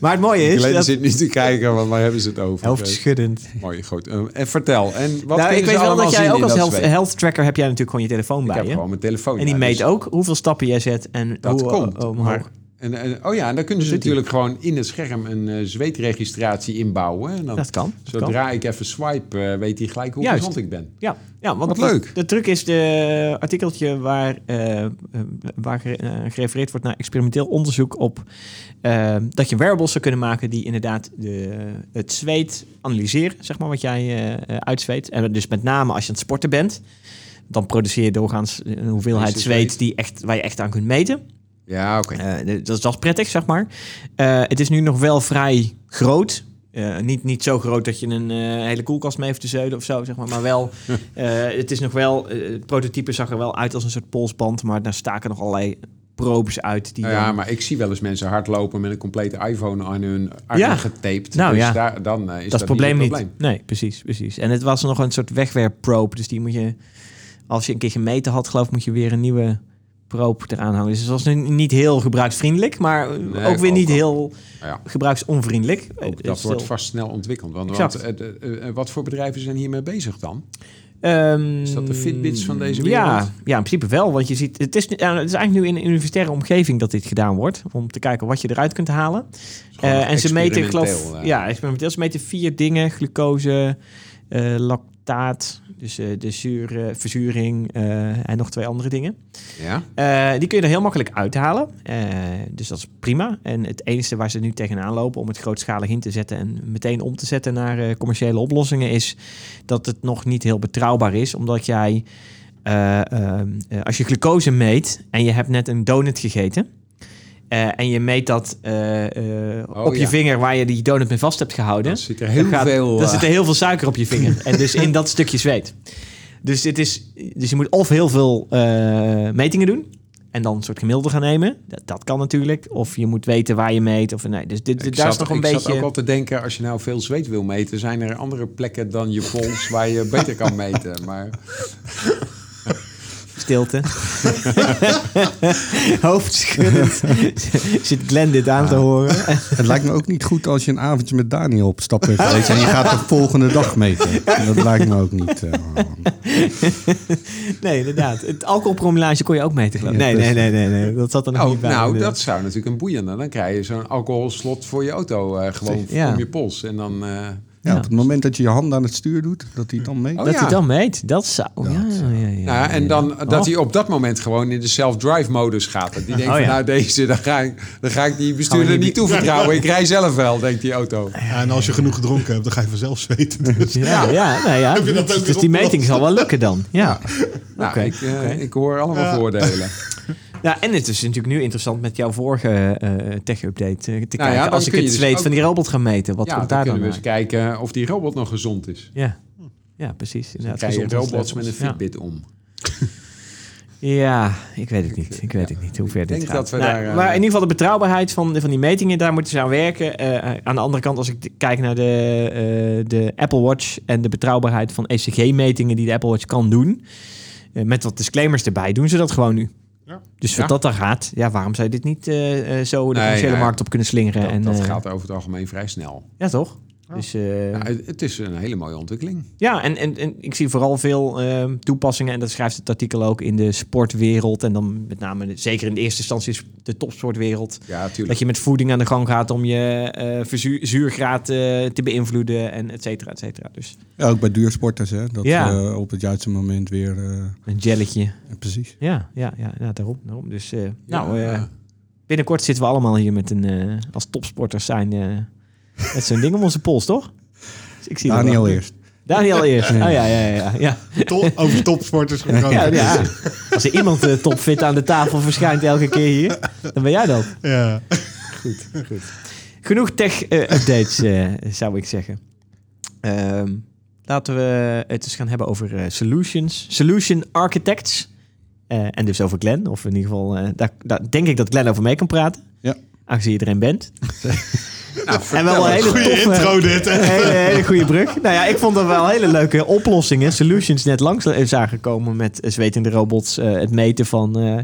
[SPEAKER 1] maar het mooie is
[SPEAKER 4] Glenn
[SPEAKER 1] dat...
[SPEAKER 4] zit niet te kijken, want waar hebben ze het over?
[SPEAKER 1] Hoofdschuddend.
[SPEAKER 4] Mooi, goed. Eh, en vertel, en wat
[SPEAKER 1] nou,
[SPEAKER 4] kunnen
[SPEAKER 1] ik Nou,
[SPEAKER 4] ze
[SPEAKER 1] weet wel
[SPEAKER 4] allemaal
[SPEAKER 1] dat jij
[SPEAKER 4] zien
[SPEAKER 1] ook
[SPEAKER 4] in
[SPEAKER 1] als
[SPEAKER 4] dat
[SPEAKER 1] health,
[SPEAKER 4] zweet?
[SPEAKER 1] health tracker heb jij natuurlijk gewoon je telefoon
[SPEAKER 4] Ik
[SPEAKER 1] bij
[SPEAKER 4] heb
[SPEAKER 1] je.
[SPEAKER 4] gewoon mijn telefoon.
[SPEAKER 1] En die
[SPEAKER 4] ja,
[SPEAKER 1] meet
[SPEAKER 4] dus
[SPEAKER 1] ook hoeveel stappen jij zet en
[SPEAKER 4] Dat
[SPEAKER 1] hoe oh,
[SPEAKER 4] komt.
[SPEAKER 1] o- omhoog.
[SPEAKER 4] maar- en, en- oh ja, en dan kunnen ze
[SPEAKER 1] Doet hij.
[SPEAKER 4] natuurlijk gewoon in het scherm een eh, zweetregistratie inbouwen. En dan,
[SPEAKER 1] Dat kan. dat kan.
[SPEAKER 4] zodra ik even swipe, eh, weet hij gelijk hoe
[SPEAKER 1] Juist.
[SPEAKER 4] gezond ik ben.
[SPEAKER 1] Ja, ja, want
[SPEAKER 4] Wat
[SPEAKER 1] dat-
[SPEAKER 4] leuk.
[SPEAKER 1] De truc is de artikeltje waar, eh, eh, waar gere- eh, gerefereerd wordt naar experimenteel onderzoek op eh, dat je wearables zou kunnen maken die inderdaad de, het zweet analyseren, zeg maar, wat jij eh, eh, uitzweet. En dus met name als je aan het sporten bent, dan produceer je doorgaans een hoeveelheid
[SPEAKER 4] Meeste zweet.
[SPEAKER 1] zweet die echt, waar je echt aan kunt meten.
[SPEAKER 4] Ja, oké.
[SPEAKER 1] Eh, d- dat, is- dat is prettig, zeg maar. Eh, het is nu nog wel vrij groot. Eh, niet, niet zo groot dat je een eh, hele koelkast mee heeft te zeulen of zo, zeg maar. Maar wel, eh, het is nog wel... eh, het prototype zag er wel uit als een soort polsband, maar daar staken nog allerlei probes uit. Die
[SPEAKER 4] Nou ja,
[SPEAKER 1] dan-
[SPEAKER 4] maar ik zie wel eens mensen hardlopen met een complete iPhone aan hun arm
[SPEAKER 1] Ja.
[SPEAKER 4] getaped.
[SPEAKER 1] Nou
[SPEAKER 4] dus
[SPEAKER 1] ja.
[SPEAKER 4] daar, dan eh, is
[SPEAKER 1] dat is het probleem
[SPEAKER 4] niet
[SPEAKER 1] niet.
[SPEAKER 4] het probleem.
[SPEAKER 1] Nee, precies, precies. En het was nog een soort wegwerpprobe, dus die moet je... Als je een keer gemeten had, geloof ik, moet je weer een nieuwe probe eraan hangen. Dus het was nu niet heel gebruiksvriendelijk, maar
[SPEAKER 4] Nee,
[SPEAKER 1] ook weer
[SPEAKER 4] ook
[SPEAKER 1] niet
[SPEAKER 4] wel.
[SPEAKER 1] heel
[SPEAKER 4] Ja.
[SPEAKER 1] gebruiksonvriendelijk.
[SPEAKER 4] Ook
[SPEAKER 1] Eh,
[SPEAKER 4] dat wordt
[SPEAKER 1] stil.
[SPEAKER 4] vast snel ontwikkeld. Want,
[SPEAKER 1] Exact.
[SPEAKER 4] want, eh, de- eh, eh, wat voor bedrijven zijn hiermee bezig dan?
[SPEAKER 1] Ehm,
[SPEAKER 4] Is dat de Fitbits van deze
[SPEAKER 1] Ja,
[SPEAKER 4] wereld?
[SPEAKER 1] ja, in principe wel. Want je ziet, het is, ja, het is eigenlijk nu in een universitaire omgeving dat dit gedaan wordt. Om te kijken wat je eruit kunt halen. Eh, en ze meten, ik geloof,
[SPEAKER 4] Experimenteel, eh.
[SPEAKER 1] ja, experimenteel. Ze meten vier dingen: glucose, eh, lactaat, dus eh, de zuur, eh, verzuring eh, en nog twee andere dingen.
[SPEAKER 4] Ja?
[SPEAKER 1] Eh, die kun je er heel makkelijk uithalen. Eh, dus dat is prima. En het enige waar ze nu tegenaan lopen om het grootschalig in te zetten en meteen om te zetten naar eh, commerciële oplossingen is dat het nog niet heel betrouwbaar is, omdat jij eh, ehm, eh, als je glucose meet en je hebt net een donut gegeten. eh, en je meet dat eh, eh,
[SPEAKER 4] Oh,
[SPEAKER 1] op je
[SPEAKER 4] ja.
[SPEAKER 1] vinger waar je die donut mee vast hebt gehouden.
[SPEAKER 4] Dan zit er heel
[SPEAKER 1] Dan gaat-
[SPEAKER 4] veel...
[SPEAKER 1] Dan
[SPEAKER 4] eh,
[SPEAKER 1] zit er heel veel suiker op je vinger. en dus in dat stukje zweet. Dus, dit is, dus je moet of heel veel eh, metingen doen. En dan een soort gemiddelde gaan nemen. Dat, dat kan natuurlijk. Of je moet weten waar je meet. Of, nee, dus dit,
[SPEAKER 4] Ik
[SPEAKER 1] dit, daar is
[SPEAKER 4] zat,
[SPEAKER 1] nog een
[SPEAKER 4] ik zat ook
[SPEAKER 1] beetje...
[SPEAKER 4] al te denken, als je nou veel zweet wil meten, zijn er andere plekken dan je pols waar je beter kan meten. Maar
[SPEAKER 1] Stilte. Hoofdschuddend. Zit Glenn dit aan te horen?
[SPEAKER 2] Het lijkt me ook niet goed als je een avondje met Daniel op stap bent geweest en je gaat de volgende dag meten. Dat lijkt me ook niet. eh,
[SPEAKER 1] Nee, inderdaad. Het alcoholpromillage kon je ook meten, geloof ik. Dus-
[SPEAKER 2] Ja,
[SPEAKER 1] Nee, nee, nee, nee, nee. Dat zat er nog
[SPEAKER 4] oh,
[SPEAKER 1] niet bij.
[SPEAKER 4] nou,
[SPEAKER 1] Nee.
[SPEAKER 4] dat zou natuurlijk een boeiende. Dan krijg je zo'n alcoholslot voor je auto eh, gewoon
[SPEAKER 1] Ja.
[SPEAKER 4] om je pols. En dan, eh,
[SPEAKER 2] ja, op het moment dat je je hand aan het stuur doet, dat hij het dan meet.
[SPEAKER 4] Oh,
[SPEAKER 1] dat
[SPEAKER 4] ja.
[SPEAKER 1] hij dan meet. Dat zou... ja, ja, ja,
[SPEAKER 4] nou,
[SPEAKER 1] ja.
[SPEAKER 4] en dan eh, dat
[SPEAKER 1] Oh.
[SPEAKER 4] hij op dat moment gewoon in de self-drive modus gaat. Dat die denkt
[SPEAKER 1] Oh,
[SPEAKER 4] van
[SPEAKER 1] ja.
[SPEAKER 4] nou deze, dan ga ik, dan ga ik die bestuurder
[SPEAKER 1] niet-
[SPEAKER 4] niet toevertrouwen. Ik rij zelf wel, denkt die auto.
[SPEAKER 3] Ja, en als je genoeg gedronken hebt, dan ga je vanzelf zweten. Dus
[SPEAKER 1] Ja, ja, nou ja.
[SPEAKER 3] Heb je dat ook
[SPEAKER 1] dus
[SPEAKER 3] weer
[SPEAKER 1] die meting zal wel lukken dan. Ja.
[SPEAKER 4] Nou,
[SPEAKER 1] Oké,
[SPEAKER 4] ik, eh,
[SPEAKER 1] oké.
[SPEAKER 4] ik hoor allemaal voordelen.
[SPEAKER 1] Ja, en het is natuurlijk nu interessant met jouw vorige eh, tech-update eh, te
[SPEAKER 4] Nou ja,
[SPEAKER 1] kijken.
[SPEAKER 4] dan
[SPEAKER 1] Als ik
[SPEAKER 4] kun je
[SPEAKER 1] het
[SPEAKER 4] dus
[SPEAKER 1] zweet
[SPEAKER 4] ook-
[SPEAKER 1] van die robot ga meten, wat
[SPEAKER 4] ja,
[SPEAKER 1] komt
[SPEAKER 4] dan
[SPEAKER 1] daar dan
[SPEAKER 4] kunnen we eens
[SPEAKER 1] uit?
[SPEAKER 4] kijken of die robot nog gezond is.
[SPEAKER 1] Ja. ja, precies.
[SPEAKER 4] Dan
[SPEAKER 1] Inderdaad,
[SPEAKER 4] krijg je
[SPEAKER 1] gezondheid-
[SPEAKER 4] robots met een
[SPEAKER 1] Ja.
[SPEAKER 4] Fitbit om.
[SPEAKER 1] Ja, ik weet het niet. Ik weet het niet hoe ver
[SPEAKER 4] Ik
[SPEAKER 1] dit
[SPEAKER 4] denk
[SPEAKER 1] gaat.
[SPEAKER 4] dat we
[SPEAKER 1] Nou,
[SPEAKER 4] daar, eh,
[SPEAKER 1] maar in ieder geval de betrouwbaarheid van, van die metingen, daar moeten ze aan werken. Eh, aan de andere kant, als ik kijk naar de, eh, de Apple Watch en de betrouwbaarheid van ECG-metingen die de Apple Watch kan doen, eh, met wat disclaimers erbij, doen ze dat gewoon nu.
[SPEAKER 3] Ja.
[SPEAKER 1] Dus
[SPEAKER 4] Ja.
[SPEAKER 1] wat dat daar gaat, ja, waarom zou je dit niet eh, eh, zo de
[SPEAKER 4] Nee,
[SPEAKER 1] commerciële
[SPEAKER 4] ja.
[SPEAKER 1] markt op kunnen slingeren?
[SPEAKER 4] Dat,
[SPEAKER 1] en,
[SPEAKER 4] dat
[SPEAKER 1] eh,
[SPEAKER 4] gaat over het algemeen vrij snel.
[SPEAKER 1] Ja, toch? Dus, eh,
[SPEAKER 4] Ja, het, het is een hele mooie ontwikkeling.
[SPEAKER 1] Ja, en, en, en ik zie vooral veel ehm, toepassingen. En dat schrijft het artikel ook in de sportwereld. En dan met name, de- zeker in de eerste instantie, is de topsportwereld.
[SPEAKER 4] Ja,
[SPEAKER 1] Dat
[SPEAKER 4] natuurlijk.
[SPEAKER 1] je met voeding aan de gang gaat om je eh verzuur- zuurgraad eh, te beïnvloeden. En et cetera, et cetera. Dus
[SPEAKER 2] Ja, ook bij duursporters, hè. Dat
[SPEAKER 1] Ja.
[SPEAKER 2] eh, op het juiste moment weer... eh,
[SPEAKER 1] een jelletje.
[SPEAKER 2] precies.
[SPEAKER 1] Ja, ja, ja, ja daarom. daarom. Dus eh, nou,
[SPEAKER 4] Ja.
[SPEAKER 1] eh, binnenkort zitten we allemaal hier met een, eh, als topsporters zijn, eh, met zo'n ding om onze pols, toch? Dus ik zie dat
[SPEAKER 2] Daniel
[SPEAKER 1] wel.
[SPEAKER 2] eerst.
[SPEAKER 1] Daniel eerst. Oh ja, ja, ja. ja, ja.
[SPEAKER 3] Dus To- over topsporters gesproken.
[SPEAKER 1] Ja,
[SPEAKER 3] Ja,
[SPEAKER 1] ja. Als er iemand eh, topfit aan de tafel verschijnt elke keer hier, dan ben jij dat. Genoeg tech-updates, eh, zou ik zeggen. Ehm, laten we het eens gaan hebben over eh, solutions. Solution architects. Eh, en dus over Glenn. Of in ieder geval, eh, daar, daar denk ik dat Glenn over mee kan praten.
[SPEAKER 2] Ja.
[SPEAKER 1] Aangezien je er een bent.
[SPEAKER 4] Nou,
[SPEAKER 1] En wel een hele
[SPEAKER 3] Goeie
[SPEAKER 1] toffe...
[SPEAKER 3] intro dit. hè?
[SPEAKER 1] Een hele, hele goede brug. Nou ja, ik vond er wel hele leuke oplossingen, solutions net langs zagen komen met eh, zwetende robots, eh, het meten van eh,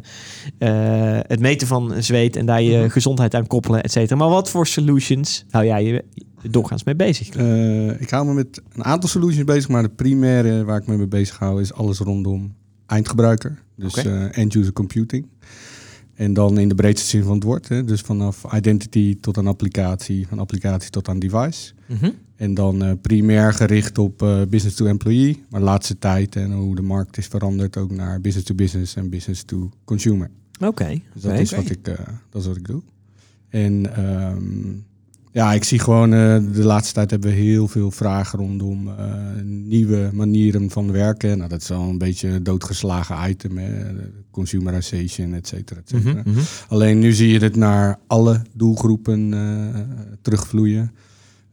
[SPEAKER 1] eh, het meten van zweet en daar
[SPEAKER 2] Mhm.
[SPEAKER 1] je gezondheid aan koppelen, et cetera. Maar wat voor solutions hou jij je doorgaans mee bezig?
[SPEAKER 2] Eh, ik hou me met een aantal solutions bezig, maar de primaire waar ik me mee bezig hou is alles rondom eindgebruiker. Dus
[SPEAKER 1] Oké.
[SPEAKER 2] eh, end-user computing. En dan in de breedste zin van het woord. Hè, dus vanaf identity tot aan applicatie, van applicatie tot aan device.
[SPEAKER 1] Mhm.
[SPEAKER 2] En dan eh, primair gericht op eh, business to employee, maar de laatste tijd en hoe de markt is veranderd ook naar business to business en business to consumer.
[SPEAKER 1] Oké.
[SPEAKER 2] Dus dat,
[SPEAKER 1] oké.
[SPEAKER 2] is wat ik, eh, dat is wat ik doe. En ehm, ja, ik zie gewoon, eh, de laatste tijd hebben we heel veel vragen rondom eh, nieuwe manieren van werken. Nou, dat is al een beetje een doodgeslagen item, hè. consumerization, et cetera, et cetera.
[SPEAKER 1] Mhm, mhm.
[SPEAKER 2] Alleen nu zie je het naar alle doelgroepen eh, terugvloeien.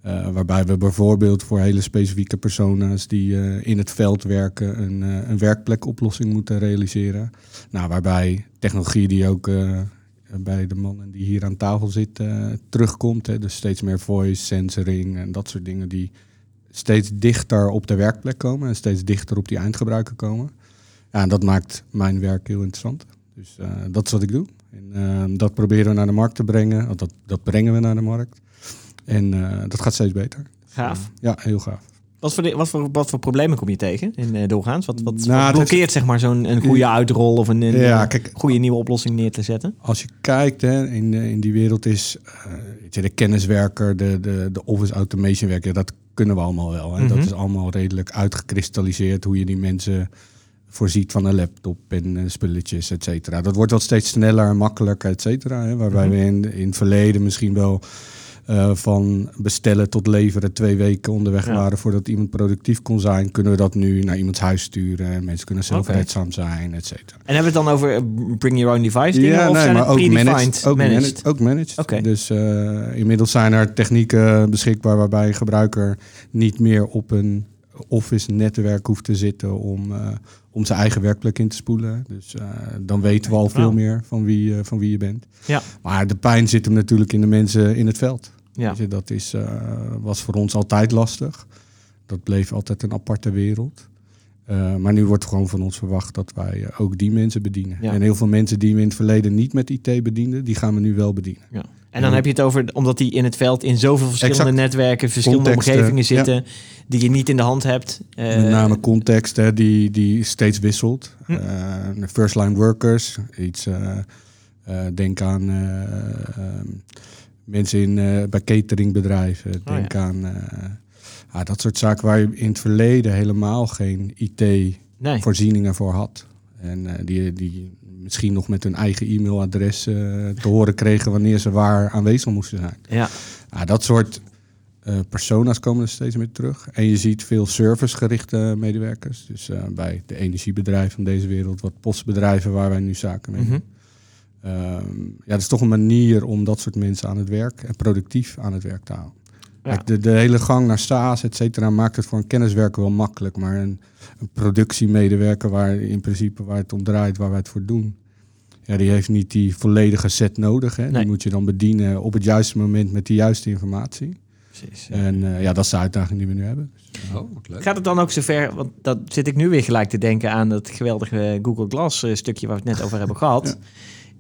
[SPEAKER 2] Eh, waarbij we bijvoorbeeld voor hele specifieke persona's die eh, in het veld werken een, eh, een werkplekoplossing moeten realiseren. Nou, waarbij technologie die ook eh, bij de mannen die hier aan tafel zitten eh, terugkomt. Hè. Dus steeds meer voice, sensoring en dat soort dingen die steeds dichter op de werkplek komen en steeds dichter op die eindgebruiker komen. Ja, en dat maakt mijn werk heel interessant. Dus eh, dat is wat ik doe. En eh, dat proberen we naar de markt te brengen. Of dat, dat brengen we naar de markt. En eh, dat gaat steeds beter.
[SPEAKER 1] Gaaf.
[SPEAKER 2] Ja, heel gaaf.
[SPEAKER 1] Wat voor, di- wat, voor, wat voor problemen kom je tegen in eh, doorgaans? Wat, wat, wat
[SPEAKER 2] Nou, dat-
[SPEAKER 1] blokkeert zeg maar zo'n een goede uitrol of een, een
[SPEAKER 2] Ja,
[SPEAKER 1] eh,
[SPEAKER 2] kijk.
[SPEAKER 1] goede nieuwe oplossing neer te zetten?
[SPEAKER 2] Als je kijkt hè, in, eh, in die wereld is eh, weet je, de kenniswerker, de, de, de office automation werker, ja, dat kunnen we allemaal wel. Hè.
[SPEAKER 1] Mhm.
[SPEAKER 2] Dat is allemaal redelijk uitgekristalliseerd hoe je die mensen voorziet van een laptop en eh, spulletjes, et cetera. Dat wordt wel steeds sneller en makkelijker, et cetera. Hè, waarbij
[SPEAKER 1] Mhm.
[SPEAKER 2] we in, in het verleden misschien wel eh, van bestellen tot leveren twee weken onderweg
[SPEAKER 1] Ja.
[SPEAKER 2] waren voordat iemand productief kon zijn, kunnen we dat nu naar iemands huis sturen. en Mensen kunnen zelfredzaam zijn, et cetera.
[SPEAKER 1] En hebben we het dan over eh, bring your own device dingen?
[SPEAKER 2] Ja,
[SPEAKER 1] of
[SPEAKER 2] nee,
[SPEAKER 1] zijn
[SPEAKER 2] maar
[SPEAKER 1] het
[SPEAKER 2] ook
[SPEAKER 1] predefined
[SPEAKER 2] managed, ook
[SPEAKER 1] managed?
[SPEAKER 2] managed. Ook managed.
[SPEAKER 1] Oké.
[SPEAKER 2] Dus eh, inmiddels zijn er technieken beschikbaar waarbij een gebruiker niet meer op een office netwerk hoeft te zitten om, eh, om zijn eigen werkplek in te spoelen. Dus eh, dan weten we al veel
[SPEAKER 1] Wauw.
[SPEAKER 2] meer van wie, eh, van wie je bent.
[SPEAKER 1] Ja.
[SPEAKER 2] Maar de pijn zit hem natuurlijk in de mensen in het veld.
[SPEAKER 1] Ja.
[SPEAKER 2] Weet je, dat is, eh, was voor ons altijd lastig. Dat bleef altijd een aparte wereld. Eh, maar nu wordt gewoon van ons verwacht dat wij eh, ook die mensen bedienen.
[SPEAKER 1] Ja.
[SPEAKER 2] En heel veel mensen die we in het verleden niet met IT bedienden, die gaan we nu wel bedienen.
[SPEAKER 1] Ja. En dan heb je het over, omdat die in het veld in zoveel verschillende
[SPEAKER 2] Exact.
[SPEAKER 1] netwerken, verschillende
[SPEAKER 2] Contexten,
[SPEAKER 1] omgevingen
[SPEAKER 2] ja.
[SPEAKER 1] zitten, die je niet in de hand hebt. Eh,
[SPEAKER 2] met name context hè, die, die steeds wisselt.
[SPEAKER 1] Hm.
[SPEAKER 2] Eh, de first line workers, iets, eh, eh, denk aan eh, ehm, mensen in, eh, bij cateringbedrijven.
[SPEAKER 1] Oh ja.
[SPEAKER 2] Denk aan eh, ah, dat soort zaken waar je in het verleden helemaal geen IT
[SPEAKER 1] nee.
[SPEAKER 2] voorzieningen voor had. En eh, die, die misschien nog met hun eigen e-mailadres eh, te horen kregen wanneer ze waar aanwezig moesten zijn.
[SPEAKER 1] Ja.
[SPEAKER 2] Nou, dat soort eh, persona's komen er steeds meer terug. En je ziet veel servicegerichte medewerkers. Dus eh, bij de energiebedrijven van deze wereld, wat postbedrijven waar wij nu zaken mee doen.
[SPEAKER 1] Mhm.
[SPEAKER 2] Ehm, ja, dat is toch een manier om dat soort mensen aan het werk en productief aan het werk te houden.
[SPEAKER 1] Ja.
[SPEAKER 2] Kijk, de, de hele gang naar SAAS, et cetera, maakt het voor een kenniswerker wel makkelijk. Maar een, een productiemedewerker waar in principe waar het om draait, waar wij het voor doen. Ja, die heeft niet die volledige set nodig. Hè?
[SPEAKER 1] Nee.
[SPEAKER 2] Die moet je dan bedienen op het juiste moment met de juiste informatie.
[SPEAKER 1] Precies.
[SPEAKER 2] En eh, ja, dat is de uitdaging die we nu hebben.
[SPEAKER 4] Oh, wat leuk.
[SPEAKER 1] Gaat het dan ook zover, want dat zit ik nu weer gelijk te denken aan dat geweldige Google Glass eh, stukje waar we het net over hebben gehad.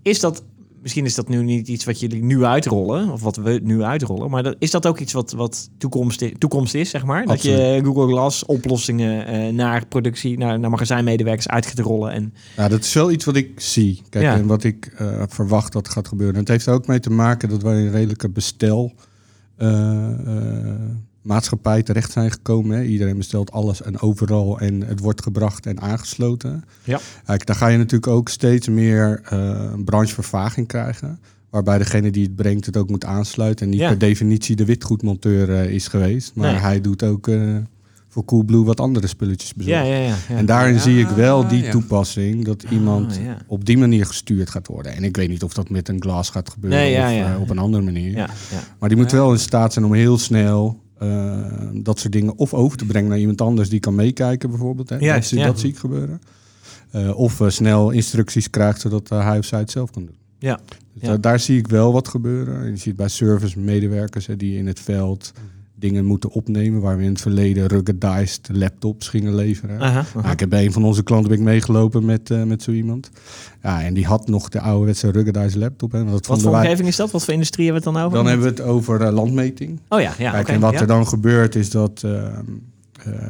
[SPEAKER 1] Is dat, misschien is dat nu niet iets wat jullie nu uitrollen, of wat we nu uitrollen, maar dat, is dat ook iets wat, wat toekomst, toekomst is, zeg maar? Dat je Google Glass oplossingen eh, naar productie, naar, naar magazijnmedewerkers uit gaat rollen en
[SPEAKER 2] Ja, Nou, dat is wel iets wat ik zie. Kijk,
[SPEAKER 1] Ja.
[SPEAKER 2] en wat ik eh, verwacht dat gaat gebeuren. En het heeft er ook mee te maken dat wij een redelijke bestel. eh, eh, maatschappij terecht zijn gekomen. Hè. Iedereen bestelt alles en overal en het wordt gebracht en aangesloten.
[SPEAKER 1] Ja.
[SPEAKER 2] Kijk, dan ga je natuurlijk ook steeds meer eh, een branchevervaging krijgen. Waarbij degene die het brengt het ook moet aansluiten. En niet
[SPEAKER 1] Ja.
[SPEAKER 2] per definitie de witgoedmonteur eh, is geweest. Maar
[SPEAKER 1] Nee.
[SPEAKER 2] hij doet ook eh, voor Coolblue wat andere spulletjes bezorgen.
[SPEAKER 1] ja, ja, ja, ja. Oh,
[SPEAKER 2] En daarin
[SPEAKER 4] Ja,
[SPEAKER 2] zie ik wel die
[SPEAKER 4] ja.
[SPEAKER 2] toepassing dat iemand
[SPEAKER 1] ja.
[SPEAKER 2] op die manier gestuurd gaat worden. En ik weet niet of dat met een glas gaat gebeuren
[SPEAKER 1] Nee, ja,
[SPEAKER 2] of
[SPEAKER 1] ja.
[SPEAKER 2] eh, op een andere manier.
[SPEAKER 1] ja, ja.
[SPEAKER 2] Maar die moet
[SPEAKER 4] Ja.
[SPEAKER 2] wel in staat zijn om heel snel eh, dat soort dingen of over te brengen naar iemand anders die kan meekijken bijvoorbeeld. Hè?
[SPEAKER 1] Juist,
[SPEAKER 2] dat, zie-
[SPEAKER 1] ja.
[SPEAKER 2] dat zie ik gebeuren. Eh, of eh, snel instructies krijgt zodat eh, hij of zij het zelf kan doen.
[SPEAKER 1] Ja.
[SPEAKER 2] Dus
[SPEAKER 1] Ja.
[SPEAKER 2] daar- daar zie ik wel wat gebeuren. En je ziet bij service medewerkers hè, die in het veld
[SPEAKER 1] Mhm.
[SPEAKER 2] dingen moeten opnemen waar we in het verleden ruggedized laptops gingen leveren.
[SPEAKER 1] Aha, aha.
[SPEAKER 2] Ja, ik heb bij een van onze klanten ben ik meegelopen met, eh, met zo iemand. Ja, en die had nog de ouderwetse ruggedized laptop. Hè, want dat
[SPEAKER 1] Wat
[SPEAKER 2] vonden
[SPEAKER 1] voor
[SPEAKER 2] wij.
[SPEAKER 1] omgeving is dat? Wat voor industrie hebben we het dan over?
[SPEAKER 2] Dan hebben we het over eh, landmeting.
[SPEAKER 1] Oh ja, ja.
[SPEAKER 2] Kijk,
[SPEAKER 1] oké,
[SPEAKER 2] en wat
[SPEAKER 1] ja.
[SPEAKER 2] er dan gebeurt is dat eh, eh,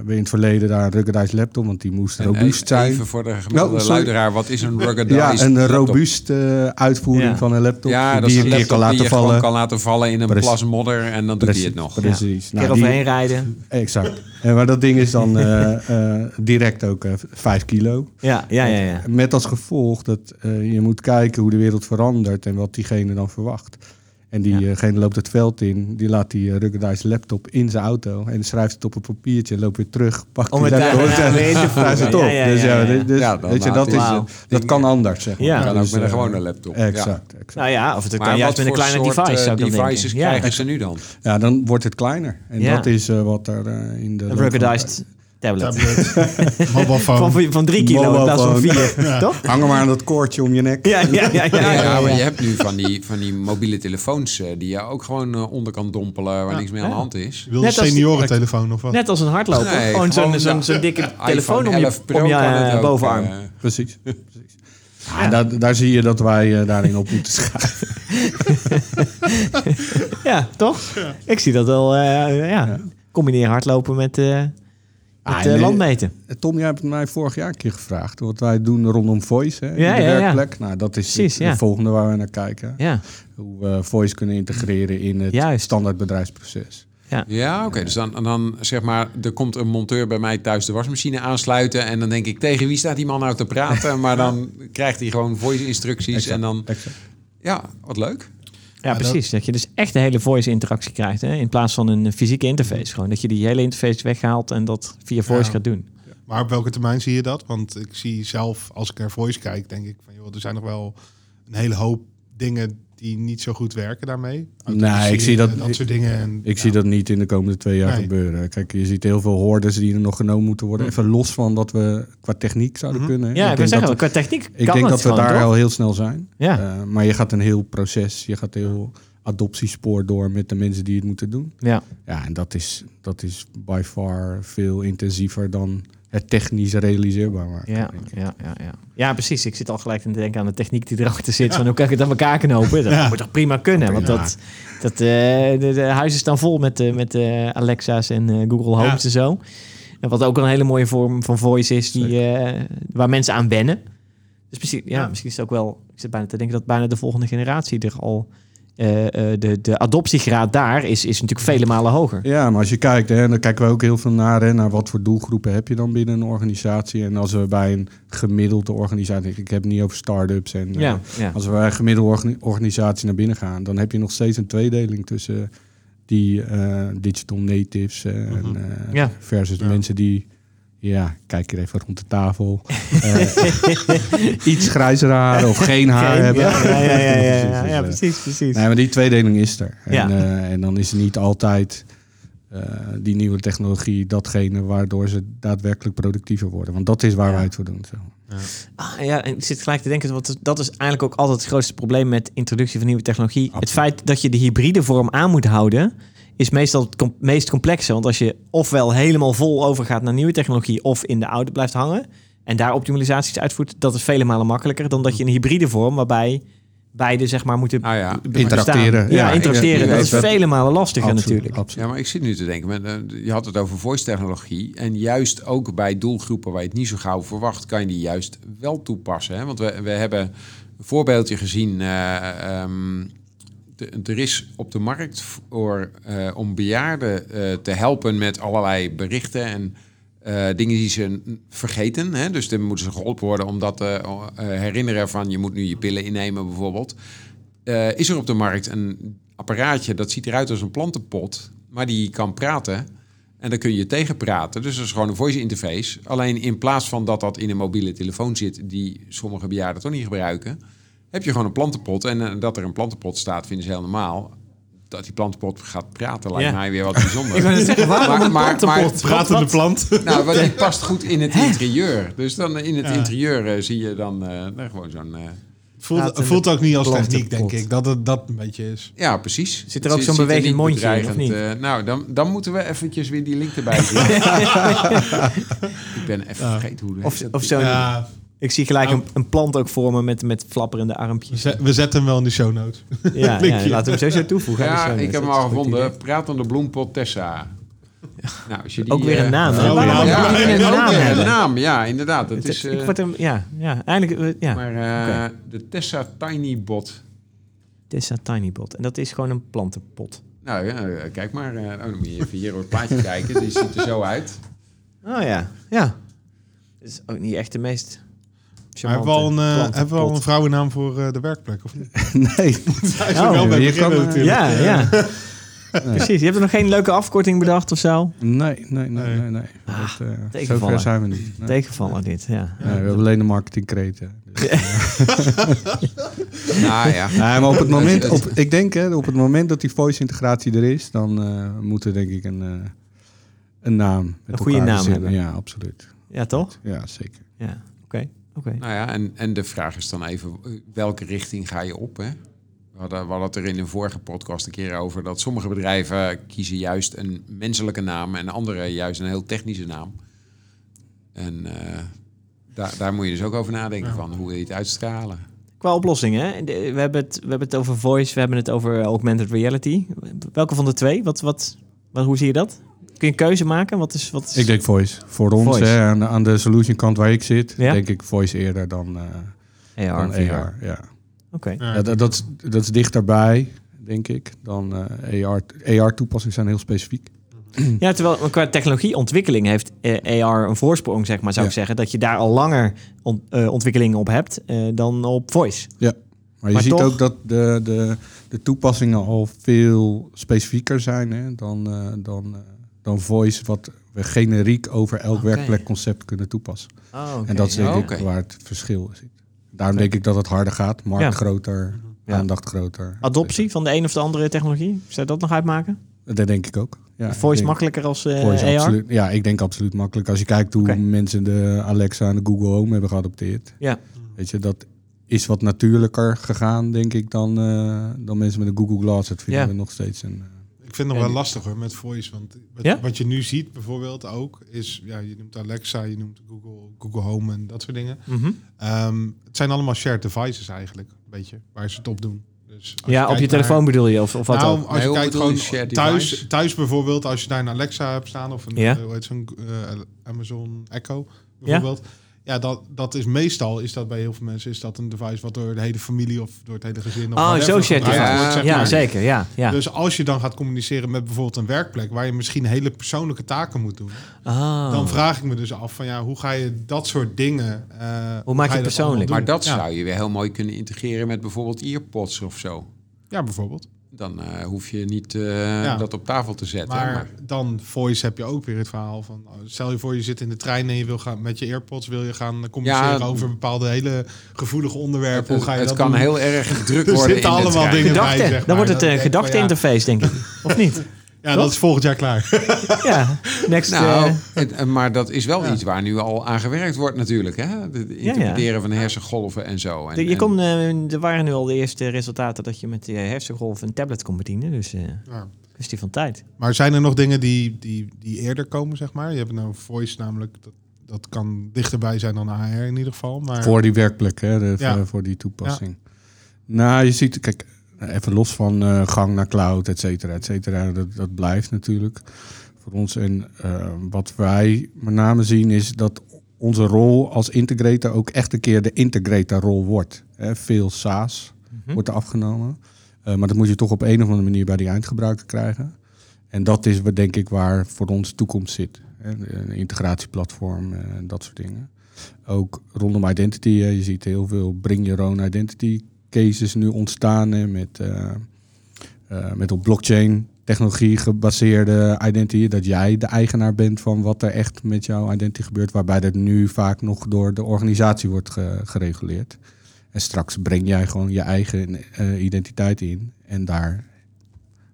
[SPEAKER 2] we in het verleden daar een ruggedized laptop, want die moest
[SPEAKER 4] En
[SPEAKER 2] robuust
[SPEAKER 4] e-
[SPEAKER 2] zijn.
[SPEAKER 4] Even voor de gemiddelde
[SPEAKER 2] Oh, sorry.
[SPEAKER 4] luideraar, wat is een ruggedized
[SPEAKER 2] ja, een
[SPEAKER 4] laptop?
[SPEAKER 2] robuuste eh, uitvoering
[SPEAKER 1] Ja.
[SPEAKER 2] van een laptop
[SPEAKER 4] Ja, dat
[SPEAKER 2] die
[SPEAKER 4] is
[SPEAKER 2] je
[SPEAKER 4] een
[SPEAKER 2] een keer
[SPEAKER 4] laptop
[SPEAKER 2] kan
[SPEAKER 4] die
[SPEAKER 2] laten
[SPEAKER 4] je gewoon
[SPEAKER 2] vallen.
[SPEAKER 4] kan laten vallen in een
[SPEAKER 2] Precies.
[SPEAKER 4] plas modder en dan doet hij het nog.
[SPEAKER 2] Precies.
[SPEAKER 1] Keer
[SPEAKER 2] Nou, die-
[SPEAKER 1] overheen rijden.
[SPEAKER 2] exact. En, maar dat ding is dan eh, eh, direct ook eh, 5 kilo.
[SPEAKER 1] Ja, ja, ja. ja.
[SPEAKER 2] Met als gevolg dat eh, je moet kijken hoe de wereld verandert en wat diegene dan verwacht. En diegene loopt het veld in, die laat die eh, ruggedized laptop in zijn auto en schrijft het op een papiertje, loopt weer terug, pakt
[SPEAKER 1] Om
[SPEAKER 2] die
[SPEAKER 1] het
[SPEAKER 2] laptop
[SPEAKER 1] daarna
[SPEAKER 2] en
[SPEAKER 1] weer in te
[SPEAKER 2] daar is het
[SPEAKER 1] voegen.
[SPEAKER 2] op.
[SPEAKER 1] Ja, ja,
[SPEAKER 2] Dus
[SPEAKER 1] ja,
[SPEAKER 2] ja,
[SPEAKER 1] ja.
[SPEAKER 2] dus,
[SPEAKER 4] Ja, dan
[SPEAKER 2] weet je,
[SPEAKER 4] laat
[SPEAKER 2] dat,
[SPEAKER 4] die-
[SPEAKER 2] is,
[SPEAKER 1] Wauw.
[SPEAKER 2] dat kan anders, zeg maar.
[SPEAKER 1] Ja.
[SPEAKER 4] Kan ook
[SPEAKER 2] Dus,
[SPEAKER 4] met een
[SPEAKER 2] eh,
[SPEAKER 4] gewone laptop. Ja.
[SPEAKER 2] Exact, exact.
[SPEAKER 1] Nou ja, of het kan
[SPEAKER 4] Maar
[SPEAKER 1] juist met
[SPEAKER 4] wat
[SPEAKER 1] een
[SPEAKER 4] voor
[SPEAKER 1] kleine
[SPEAKER 4] soort,
[SPEAKER 1] device,
[SPEAKER 4] eh,
[SPEAKER 1] zou ik dan
[SPEAKER 4] devices
[SPEAKER 1] denken. Ja.
[SPEAKER 4] krijgen ze nu dan?
[SPEAKER 2] Ja, dan wordt het kleiner. En
[SPEAKER 1] Ja.
[SPEAKER 2] dat is eh, wat er eh, in de...
[SPEAKER 1] Een ruggedized tablet.
[SPEAKER 3] Tablet,
[SPEAKER 1] Van,
[SPEAKER 3] mobilefoon.
[SPEAKER 1] van, van drie kilo in plaats van
[SPEAKER 2] Mobilefoon.
[SPEAKER 1] vier, toch?
[SPEAKER 2] Hang er maar aan dat koordje om je nek.
[SPEAKER 1] Ja, ja, ja. ja,
[SPEAKER 4] Ja,
[SPEAKER 1] ja, ja.
[SPEAKER 4] maar je hebt nu van die, van die mobiele telefoons eh, die je ook gewoon eh, onder kan dompelen waar niks mee aan de hand is.
[SPEAKER 3] Je wil een
[SPEAKER 1] Net als-
[SPEAKER 3] seniorentelefoon of wat?
[SPEAKER 1] Net als een hardloper.
[SPEAKER 4] Nee,
[SPEAKER 1] gewoon zo'n
[SPEAKER 4] gewoon,
[SPEAKER 1] zo'n
[SPEAKER 4] nou,
[SPEAKER 1] zo'n dikke telefoon om
[SPEAKER 4] iPhone 11
[SPEAKER 1] je,
[SPEAKER 4] Pro
[SPEAKER 1] om je
[SPEAKER 4] kan
[SPEAKER 1] eh,
[SPEAKER 4] het ook,
[SPEAKER 1] bovenarm.
[SPEAKER 4] eh.
[SPEAKER 2] Precies. Precies. Ja, en daar, daar zie je dat wij eh, daarin op moeten schuiven.
[SPEAKER 1] ja, toch? Ik zie dat wel. eh, ja. Combineer hardlopen met, eh met eh,
[SPEAKER 2] Ah, nee.
[SPEAKER 1] landmeten.
[SPEAKER 2] Eh, Tom, jij hebt het mij vorig jaar een keer gevraagd. Wat wij doen rondom voice hè, in
[SPEAKER 1] Ja,
[SPEAKER 2] de
[SPEAKER 1] ja, ja.
[SPEAKER 2] werkplek. Nou, dat is
[SPEAKER 1] Precies,
[SPEAKER 2] het, de
[SPEAKER 1] ja.
[SPEAKER 2] volgende waar we naar kijken.
[SPEAKER 1] Ja,
[SPEAKER 2] Hoe we voice kunnen integreren in het
[SPEAKER 1] Juist.
[SPEAKER 2] standaard bedrijfsproces.
[SPEAKER 4] Ja, oké. Dus dan, en dan zeg maar, er komt een monteur bij mij thuis de wasmachine aansluiten. En dan denk ik, tegen wie staat die man nou te praten? Maar dan krijgt hij gewoon voice instructies. En dan,
[SPEAKER 2] Exact.
[SPEAKER 4] ja, wat leuk.
[SPEAKER 1] ja precies. Dat je dus echt de hele voice interactie krijgt. Hè? In plaats van een eh, fysieke interface. Gewoon dat je die hele interface weghaalt en dat via voice
[SPEAKER 3] Ja.
[SPEAKER 1] gaat doen.
[SPEAKER 3] Maar op welke termijn zie je dat? Want ik zie zelf, als ik naar Voice kijk, denk ik van joh, er zijn nog wel een hele hoop dingen die niet zo goed werken daarmee.
[SPEAKER 2] Nee, ik zie dat-
[SPEAKER 3] en Dat soort dingen. En,
[SPEAKER 2] Ik zie dat niet in de komende twee jaar
[SPEAKER 3] Nee.
[SPEAKER 2] gebeuren. Kijk, je ziet heel veel hordes die er nog genomen moeten worden. Even los van wat we qua techniek zouden kunnen. hè.
[SPEAKER 1] Hm. Ja, ik
[SPEAKER 2] Hm? denk
[SPEAKER 1] wil zeggen,
[SPEAKER 2] dat-
[SPEAKER 1] qua techniek
[SPEAKER 2] Ik
[SPEAKER 1] kan het
[SPEAKER 2] denk dat we
[SPEAKER 1] gewoon,
[SPEAKER 2] daar
[SPEAKER 1] toch?
[SPEAKER 2] al heel snel zijn.
[SPEAKER 1] Ja.
[SPEAKER 2] Eh, maar je gaat een heel proces, je gaat een heel adoptiespoor door met de mensen die het moeten doen.
[SPEAKER 1] Ja.
[SPEAKER 2] Ja, en dat is, dat is by far veel intensiever dan het technisch realiseerbaar maken.
[SPEAKER 1] Ja,
[SPEAKER 2] denk ik.
[SPEAKER 1] ja, ja, ja. ja, precies. Ik zit al gelijk te denken aan de techniek die erachter zit. Van hoe kan ik het aan elkaar knopen? Dat moet toch prima kunnen? Want
[SPEAKER 2] Ja.
[SPEAKER 1] dat, dat, eh, de, de huizen staan vol met, eh, met eh, Alexa's en eh, Google Homes en zo. En wat ook een hele mooie vorm van voice is, die, eh, waar mensen aan wennen. Dus misschien, ja,
[SPEAKER 3] Ja.
[SPEAKER 1] misschien is het ook wel... Ik zit bijna te denken dat bijna de volgende generatie er al... eh, eh, de, de adoptiegraad daar is, is natuurlijk vele malen hoger.
[SPEAKER 2] Ja, maar als je kijkt, hè, dan kijken we ook heel veel naar, hè, naar wat voor doelgroepen heb je dan binnen een organisatie. En als we bij een gemiddelde organisatie, ik heb het niet over start-ups en eh,
[SPEAKER 1] Ja, ja.
[SPEAKER 2] Als we bij een gemiddelde orga- organisatie naar binnen gaan, dan heb je nog steeds een tweedeling tussen die eh, digital natives eh, en, eh,
[SPEAKER 1] Mhm. Ja.
[SPEAKER 2] versus de
[SPEAKER 3] Ja.
[SPEAKER 2] mensen die Ja, kijk hier even rond de tafel. Eh, iets grijzer haar of geen haar
[SPEAKER 1] Geen-
[SPEAKER 2] hebben.
[SPEAKER 1] Ja, ja, ja, ja, ja,
[SPEAKER 2] Precies,
[SPEAKER 1] ja,
[SPEAKER 2] dus,
[SPEAKER 1] ja,
[SPEAKER 2] eh,
[SPEAKER 1] precies, precies.
[SPEAKER 2] Nee, maar die tweedeling is er. En,
[SPEAKER 1] Ja.
[SPEAKER 2] eh, en dan is er niet altijd eh, die nieuwe technologie datgene waardoor ze daadwerkelijk productiever worden. Want dat is waar
[SPEAKER 1] Ja.
[SPEAKER 2] wij het voor doen. Zo.
[SPEAKER 1] Ah, ja, en ik zit gelijk te denken, want dat is eigenlijk ook altijd het grootste probleem met introductie van nieuwe technologie. Het feit dat je de hybride vorm aan moet houden, is meestal het com- meest complexe. Want als je ofwel helemaal vol overgaat naar nieuwe technologie, of in de oude blijft hangen en daar optimalisaties uitvoert, dat is vele malen makkelijker dan dat je een hybride vorm waarbij beide zeg maar moeten
[SPEAKER 4] Ah ja.
[SPEAKER 1] bestaan.
[SPEAKER 2] Interacteren.
[SPEAKER 1] Ja,
[SPEAKER 2] Ja,
[SPEAKER 1] interacteren.
[SPEAKER 4] ja,
[SPEAKER 1] Dat
[SPEAKER 4] ja,
[SPEAKER 1] is
[SPEAKER 2] ja.
[SPEAKER 1] vele malen lastiger
[SPEAKER 2] Absoluut,
[SPEAKER 1] natuurlijk.
[SPEAKER 2] absoluut.
[SPEAKER 4] Ja, maar ik zit nu te denken, maar, eh, je had het over voice technologie. En juist ook bij doelgroepen waar je het niet zo gauw verwacht, kan je die juist wel toepassen. Hè? Want we, we hebben een voorbeeldje gezien. eh, ehm, de- er is op de markt voor, eh, om bejaarden eh, te helpen met allerlei berichten en eh, dingen die ze n- vergeten. Hè? Dus dan moeten ze geholpen worden om dat te eh, herinneren van je moet nu je pillen innemen bijvoorbeeld. Eh, is er op de markt een apparaatje dat ziet eruit als een plantenpot, maar die kan praten. En daar kun je tegen praten. Dus dat is gewoon een voice interface. Alleen in plaats van dat dat in een mobiele telefoon zit, die sommige bejaarden toch niet gebruiken, heb je gewoon een plantenpot. En eh, dat er een plantenpot staat, vinden ze heel normaal. Dat die plantenpot gaat praten, lijkt
[SPEAKER 1] Ja.
[SPEAKER 4] mij weer wat bijzonder.
[SPEAKER 1] Ik wou net zeggen, waarom een plantenpot?
[SPEAKER 5] Pratende plant.
[SPEAKER 4] Nou, want die past goed in het interieur. Dus dan in het
[SPEAKER 3] Ja.
[SPEAKER 4] interieur eh, zie je dan eh, nou, gewoon zo'n... eh,
[SPEAKER 3] Voelt,
[SPEAKER 1] Laten
[SPEAKER 3] voelt ook niet als techniek, denk
[SPEAKER 1] plantenpot.
[SPEAKER 3] ik. Dat het dat een beetje is.
[SPEAKER 4] ja, precies.
[SPEAKER 1] Zit er
[SPEAKER 4] Het
[SPEAKER 1] ook zo'n
[SPEAKER 4] ziet
[SPEAKER 1] bewegend
[SPEAKER 4] niet
[SPEAKER 1] mondje in, of
[SPEAKER 4] bedreigend,
[SPEAKER 1] niet?
[SPEAKER 4] eh, nou, dan, dan moeten we eventjes weer die link erbij zetten. Ik ben even vergeten hoe...
[SPEAKER 1] Ah. Of, of zo'n-
[SPEAKER 3] Ja,
[SPEAKER 1] Ik zie gelijk een, een plant ook vormen met, met flapperende
[SPEAKER 3] we
[SPEAKER 1] armpjes.
[SPEAKER 3] zet- we zetten hem wel in de show notes.
[SPEAKER 1] Ja, ja
[SPEAKER 3] Linkje.
[SPEAKER 1] laten we hem sowieso toevoegen. aan de
[SPEAKER 4] Ja,
[SPEAKER 1] show notes.
[SPEAKER 4] ik heb hem
[SPEAKER 1] Dat is
[SPEAKER 4] al
[SPEAKER 1] een goed
[SPEAKER 4] gevonden.
[SPEAKER 1] idee.
[SPEAKER 4] Pratende bloempot Tessa. Nou, als je die,
[SPEAKER 1] Ook weer
[SPEAKER 4] eh,
[SPEAKER 1] een naam. hè?
[SPEAKER 3] oh,
[SPEAKER 1] Waarom
[SPEAKER 3] ja.
[SPEAKER 1] ook
[SPEAKER 3] Ja,
[SPEAKER 1] weer
[SPEAKER 4] en
[SPEAKER 1] een
[SPEAKER 4] ook
[SPEAKER 1] naam
[SPEAKER 4] weer een
[SPEAKER 1] hebben?
[SPEAKER 4] naam, ja, inderdaad. Dat
[SPEAKER 1] Het
[SPEAKER 4] is,
[SPEAKER 1] is,
[SPEAKER 4] eh,
[SPEAKER 1] ik word hem, ja, ja, eindelijk, eh, ja.
[SPEAKER 4] maar eh, de Tessa Tiny Bot.
[SPEAKER 1] Tessa Tinybot. En dat is gewoon een plantenpot.
[SPEAKER 4] Nou ja, eh, kijk maar. eh, Oh, dan moet je even hier op het plaatje kijken. Die ziet er zo uit.
[SPEAKER 1] Oh ja, ja. Dat is ook niet echt de meest
[SPEAKER 3] Maar
[SPEAKER 1] charmante
[SPEAKER 3] hebben we al een, eh,
[SPEAKER 1] plantenpot.
[SPEAKER 3] hebben we al een vrouwennaam voor eh, de werkplek? Of niet?
[SPEAKER 2] Nee.
[SPEAKER 3] Hij
[SPEAKER 1] Oh,
[SPEAKER 3] wel bij
[SPEAKER 2] hier
[SPEAKER 3] beginnen
[SPEAKER 2] kan, eh,
[SPEAKER 3] natuurlijk.
[SPEAKER 1] Ja, ja. Precies. Je hebt er nog geen leuke afkorting bedacht of zo?
[SPEAKER 2] Nee, nee, nee, nee. nee,
[SPEAKER 1] Ah,
[SPEAKER 2] Dat, eh,
[SPEAKER 1] tegenvallen.
[SPEAKER 2] zover zijn we niet. Nee.
[SPEAKER 1] Tegenvallen dit, ja.
[SPEAKER 2] Nee, we hebben alleen de marketingkreten.
[SPEAKER 4] Nou ja.
[SPEAKER 2] Nee, maar op het moment, op, ik denk hè, op het moment dat die voice integratie er is, dan eh moeten we denk ik een, eh, een naam. met
[SPEAKER 1] Een goede
[SPEAKER 2] elkaar
[SPEAKER 1] naam
[SPEAKER 2] verzinnen.
[SPEAKER 1] hebben.
[SPEAKER 2] Ja, absoluut.
[SPEAKER 1] Ja, toch?
[SPEAKER 2] Ja, zeker.
[SPEAKER 1] Ja, oké. oké.
[SPEAKER 4] Nou ja, en, en de vraag is dan even, eh, welke richting ga je op? Hè? We, hadden, we hadden het er in een vorige podcast een keer over dat sommige bedrijven kiezen juist een menselijke naam en andere juist een heel technische naam. En eh, daar, daar moet je dus ook over nadenken van, hoe wil je het uitstralen?
[SPEAKER 1] Qua oplossingen, hè? De- we hebben, het, we hebben het over voice, we hebben het over augmented reality. Welke van de twee? Wat, wat, wat, hoe zie je dat? Kun je een keuze maken? Wat is, wat is...
[SPEAKER 2] Ik denk voice. Voor ons,
[SPEAKER 1] Voice.
[SPEAKER 2] Hè, aan, de- aan de solution kant waar ik zit,
[SPEAKER 1] Ja?
[SPEAKER 2] denk ik voice eerder dan, eh
[SPEAKER 1] AR,
[SPEAKER 2] dan
[SPEAKER 1] VR.
[SPEAKER 2] AR.
[SPEAKER 1] Oké.
[SPEAKER 2] Ja.
[SPEAKER 3] Ja.
[SPEAKER 2] Ja, dat, dat, is- dat is dichterbij, denk ik, dan eh AR. AR-toepassingen zijn heel specifiek.
[SPEAKER 1] Ja, terwijl qua technologieontwikkeling heeft eh, AR een voorsprong, zeg maar, zou
[SPEAKER 2] Ja.
[SPEAKER 1] ik zeggen. Dat je daar al langer ont- eh, ontwikkelingen op hebt eh, dan op voice.
[SPEAKER 2] Maar je
[SPEAKER 1] Maar
[SPEAKER 2] ziet
[SPEAKER 1] toch-
[SPEAKER 2] ook dat de, de, de toepassingen al veel specifieker zijn hè, dan, eh, dan, eh, dan voice, wat we generiek over elk
[SPEAKER 1] Oké.
[SPEAKER 2] werkplekconcept kunnen toepassen.
[SPEAKER 3] Oh,
[SPEAKER 2] En dat is denk
[SPEAKER 4] Ja,
[SPEAKER 2] ik
[SPEAKER 4] oké.
[SPEAKER 2] waar het verschil zit. Daarom denk ik dat het harder gaat, markt
[SPEAKER 1] Ja. Mhm.
[SPEAKER 2] groter,
[SPEAKER 1] Ja.
[SPEAKER 2] aandacht groter.
[SPEAKER 1] Adoptie van de een of de andere technologie, zou dat nog uitmaken?
[SPEAKER 2] Dat denk ik ook. Ja, ik
[SPEAKER 1] voice
[SPEAKER 2] denk-
[SPEAKER 1] makkelijker als eh,
[SPEAKER 2] Voice
[SPEAKER 1] AR?
[SPEAKER 2] absoluut, ja, ik denk absoluut makkelijk. Als je kijkt hoe
[SPEAKER 1] Oké.
[SPEAKER 2] mensen de Alexa en de Google Home hebben geadopteerd.
[SPEAKER 1] Ja.
[SPEAKER 2] Weet je, dat is wat natuurlijker gegaan, denk ik, dan, eh, dan mensen met een Google Glass. Dat vinden
[SPEAKER 1] Ja.
[SPEAKER 2] we nog steeds een... eh,
[SPEAKER 3] Ik vind het nog wel lastig hoor met voice. Want wat,
[SPEAKER 1] Ja?
[SPEAKER 3] wat je nu ziet bijvoorbeeld ook is, ja, je noemt Alexa, je noemt Google, Google Home en dat soort dingen.
[SPEAKER 1] Mhm.
[SPEAKER 3] Ehm, het zijn allemaal shared devices eigenlijk, weet je, waar ze het op doen. Dus als
[SPEAKER 1] Ja, op
[SPEAKER 3] kijkt
[SPEAKER 1] je
[SPEAKER 3] naar-
[SPEAKER 1] telefoon bedoel je, of, of wat
[SPEAKER 3] nou,
[SPEAKER 1] ook?
[SPEAKER 4] Nee,
[SPEAKER 3] als je
[SPEAKER 4] hoe
[SPEAKER 3] kijkt
[SPEAKER 4] bedoel je
[SPEAKER 3] gewoon
[SPEAKER 4] shared
[SPEAKER 3] thuis,
[SPEAKER 4] device?
[SPEAKER 3] thuis bijvoorbeeld, als je daar een Alexa hebt staan of een
[SPEAKER 1] Ja.
[SPEAKER 3] eh, hoe heet zo'n, eh, Amazon Echo bijvoorbeeld. Ja. dat, dat is meestal, is dat bij heel veel mensen, is dat een device wat door de hele familie of door het hele gezin... of
[SPEAKER 1] Oh,
[SPEAKER 3] whatever
[SPEAKER 1] zo shared
[SPEAKER 3] gebruikt
[SPEAKER 4] device.
[SPEAKER 3] wordt, zeg
[SPEAKER 1] Ja,
[SPEAKER 3] maar.
[SPEAKER 1] zeker. Ja, ja.
[SPEAKER 3] Dus als je dan gaat communiceren met bijvoorbeeld een werkplek waar je misschien hele persoonlijke taken moet doen,
[SPEAKER 1] Ah.
[SPEAKER 3] dan vraag ik me dus af van ja, hoe ga je dat soort dingen. eh, hoe
[SPEAKER 1] maak je
[SPEAKER 3] ga
[SPEAKER 1] het
[SPEAKER 3] dat allemaal
[SPEAKER 1] persoonlijk?
[SPEAKER 3] doen?
[SPEAKER 4] Maar dat
[SPEAKER 3] ja,
[SPEAKER 4] zou je weer heel mooi kunnen integreren met bijvoorbeeld earpods of zo.
[SPEAKER 3] ja, bijvoorbeeld.
[SPEAKER 4] dan eh, hoef je niet eh, dat op tafel te zetten.
[SPEAKER 3] Maar dan voice heb je ook weer het verhaal van... oh, Stel je voor, je zit in de trein en je wil gaan met je AirPods... wil je gaan communiceren
[SPEAKER 4] Ja,
[SPEAKER 3] over bepaalde hele gevoelige
[SPEAKER 4] het,
[SPEAKER 3] onderwerpen. Hoe ga je
[SPEAKER 4] het
[SPEAKER 3] dat
[SPEAKER 4] kan
[SPEAKER 3] doen?
[SPEAKER 4] heel erg druk
[SPEAKER 3] Er
[SPEAKER 4] worden.
[SPEAKER 3] zitten
[SPEAKER 4] in de
[SPEAKER 3] allemaal
[SPEAKER 4] trein.
[SPEAKER 3] dingen bij,
[SPEAKER 1] Gedachten.
[SPEAKER 3] zeg maar.
[SPEAKER 1] Dan wordt het
[SPEAKER 3] Dat
[SPEAKER 1] een
[SPEAKER 3] ik denk van, ja,
[SPEAKER 1] gedachte-interface, denk ik. Of niet?
[SPEAKER 3] Ja, dat is volgend jaar klaar.
[SPEAKER 1] Ja. Next.
[SPEAKER 4] Nou,
[SPEAKER 1] eh,
[SPEAKER 4] het- eh, maar dat is wel iets waar nu al aan gewerkt wordt natuurlijk. Hè? Het interpreteren van hersengolven en zo. En,
[SPEAKER 1] de- je
[SPEAKER 4] en-
[SPEAKER 1] kon, eh, er waren nu al de eerste resultaten dat je met je hersengolf een tablet kon bedienen. Dus eh
[SPEAKER 3] Ja.
[SPEAKER 1] kwestie van tijd.
[SPEAKER 3] Maar zijn er nog dingen die, die, die eerder komen, zeg maar? Je hebt nou voice namelijk... Dat, dat kan dichterbij zijn dan AR in ieder geval. Maar
[SPEAKER 2] Voor die werkplek, hè, de-
[SPEAKER 3] Ja.
[SPEAKER 2] voor- voor die toepassing. Nou, je ziet, kijk, even los van eh, gang naar cloud, et cetera, et cetera. Dat, dat blijft natuurlijk voor ons. En eh, wat wij met name zien is dat onze rol als integrator ook echt een keer de integrator-rol wordt. Hè, veel SaaS
[SPEAKER 3] Mhm.
[SPEAKER 2] wordt er afgenomen. Eh, maar dat moet je toch op een of andere manier bij die eindgebruiker krijgen. En dat is wat, denk ik waar voor ons toekomst zit. Hè, Een integratieplatform eh, en dat soort dingen ook rondom identity. hè. Je ziet heel veel bring your own identity cases nu ontstaan hè, met, eh, eh, met op blockchain technologie gebaseerde identity. Dat jij de eigenaar bent van wat er echt met jouw identity gebeurt. Waarbij dat nu vaak nog door de organisatie wordt ge- gereguleerd. En straks breng jij gewoon je eigen eh, identiteit in. En daar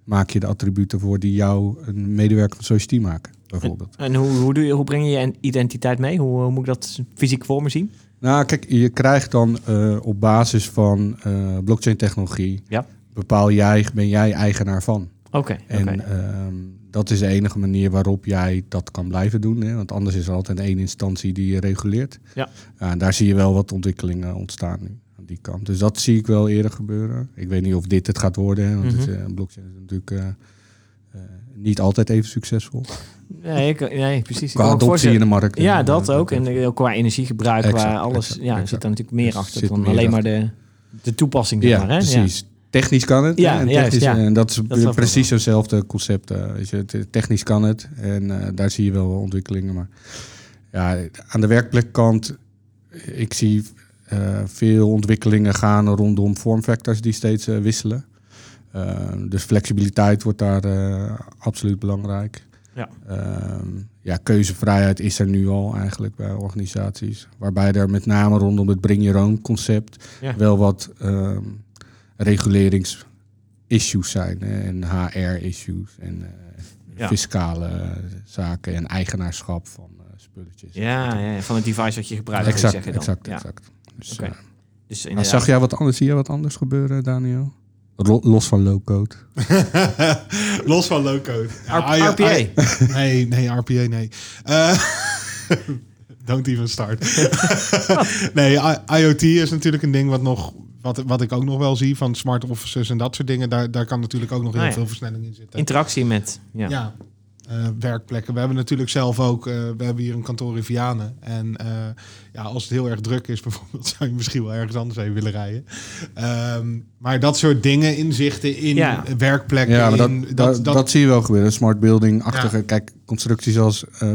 [SPEAKER 2] maak je de attributen voor die jou een medewerker van Society maken, bijvoorbeeld.
[SPEAKER 1] En hoe, hoe, doe je, hoe breng je je identiteit mee? Hoe, hoe moet ik dat fysiek voor me zien?
[SPEAKER 2] Nou, kijk, je krijgt dan eh, op basis van eh, blockchain-technologie.
[SPEAKER 1] Ja.
[SPEAKER 2] Bepaal jij, ben jij eigenaar van.
[SPEAKER 1] Oké.
[SPEAKER 2] En
[SPEAKER 1] oké.
[SPEAKER 2] ehm, dat is de enige manier waarop jij dat kan blijven doen. Hè? Want anders is er altijd één instantie die je reguleert.
[SPEAKER 1] Ja.
[SPEAKER 2] Ja, en daar zie je wel wat ontwikkelingen ontstaan nu aan die kant. Dus dat zie ik wel eerder gebeuren. Ik weet niet of dit het gaat worden. Hè? Want het,
[SPEAKER 1] Mhm.
[SPEAKER 2] eh, blockchain is natuurlijk eh, eh, niet altijd even succesvol.
[SPEAKER 1] Nee, ik- nee, precies. Ik
[SPEAKER 2] Qua
[SPEAKER 1] kan me
[SPEAKER 2] adoptie in
[SPEAKER 1] voorstellen-
[SPEAKER 2] de markt.
[SPEAKER 1] Ja,
[SPEAKER 2] en,
[SPEAKER 1] dat
[SPEAKER 2] eh,
[SPEAKER 1] ook. En ook qua energiegebruik,
[SPEAKER 2] Exact,
[SPEAKER 1] qua alles.
[SPEAKER 2] exact,
[SPEAKER 1] ja,
[SPEAKER 2] exact.
[SPEAKER 1] zit er natuurlijk meer
[SPEAKER 2] Dus
[SPEAKER 1] achter
[SPEAKER 2] zit
[SPEAKER 1] dan
[SPEAKER 2] meer
[SPEAKER 1] alleen maar de, de toepassing. zeg
[SPEAKER 2] Ja,
[SPEAKER 1] maar, hè?
[SPEAKER 2] precies. Technisch kan het.
[SPEAKER 1] Ja,
[SPEAKER 2] hè, en,
[SPEAKER 1] juist,
[SPEAKER 2] technisch, eh,
[SPEAKER 1] ja.
[SPEAKER 2] en dat is
[SPEAKER 1] snap ik
[SPEAKER 2] precies hetzelfde concept. eh, weet je, het- technisch kan het. En eh, daar zie je wel ontwikkelingen. Maar ja, aan de werkplekkant, ik zie eh, veel ontwikkelingen gaan rondom vormfactors die steeds eh, wisselen. Eh, dus flexibiliteit wordt daar eh, absoluut belangrijk.
[SPEAKER 1] Ja.
[SPEAKER 2] Ehm, ja, keuzevrijheid is er nu al eigenlijk bij organisaties. Waarbij er met name rondom het bring your own concept
[SPEAKER 1] Ja.
[SPEAKER 2] wel wat ehm, reguleringsissues zijn. hè, En HR-issues en eh,
[SPEAKER 1] Ja.
[SPEAKER 2] fiscale eh, zaken en eigenaarschap van eh, spulletjes.
[SPEAKER 1] Ja. Ja, ja, van het device wat je gebruikt. wil je
[SPEAKER 2] exact,
[SPEAKER 1] zeggen dan.
[SPEAKER 2] exact,
[SPEAKER 1] Ja.
[SPEAKER 2] exact. Dus,
[SPEAKER 1] Oké.
[SPEAKER 2] eh,
[SPEAKER 1] Dus
[SPEAKER 2] nou,
[SPEAKER 1] inderdaad.
[SPEAKER 2] zag jij wat anders, zie jij wat anders gebeuren, Daniel? Ro- Los van low-code.
[SPEAKER 3] Los van low-code.
[SPEAKER 1] R-
[SPEAKER 3] I-
[SPEAKER 1] RPA.
[SPEAKER 3] I- nee, nee, RPA, nee. Eh, don't even start. nee, I- IoT is natuurlijk een ding wat nog... Wat, wat ik ook nog wel zie van smart offices en dat soort dingen. Daar, daar kan natuurlijk ook nog heel
[SPEAKER 1] Nou ja.
[SPEAKER 3] veel versnelling in zitten.
[SPEAKER 1] Interactie met. Ja.
[SPEAKER 3] Ja. Eh, werkplekken. We hebben natuurlijk zelf ook, eh, we hebben hier een kantoor in Vianen. En eh, ja, als het heel erg druk is bijvoorbeeld, zou je misschien wel ergens anders heen willen rijden. Ehm, maar dat soort dingen, inzichten in
[SPEAKER 1] Ja.
[SPEAKER 3] werkplekken.
[SPEAKER 2] Ja, maar dat,
[SPEAKER 3] in-
[SPEAKER 2] dat, dat, zie je wel gebeuren. Smart building-achtige.
[SPEAKER 3] Ja.
[SPEAKER 2] Kijk, constructies als eh,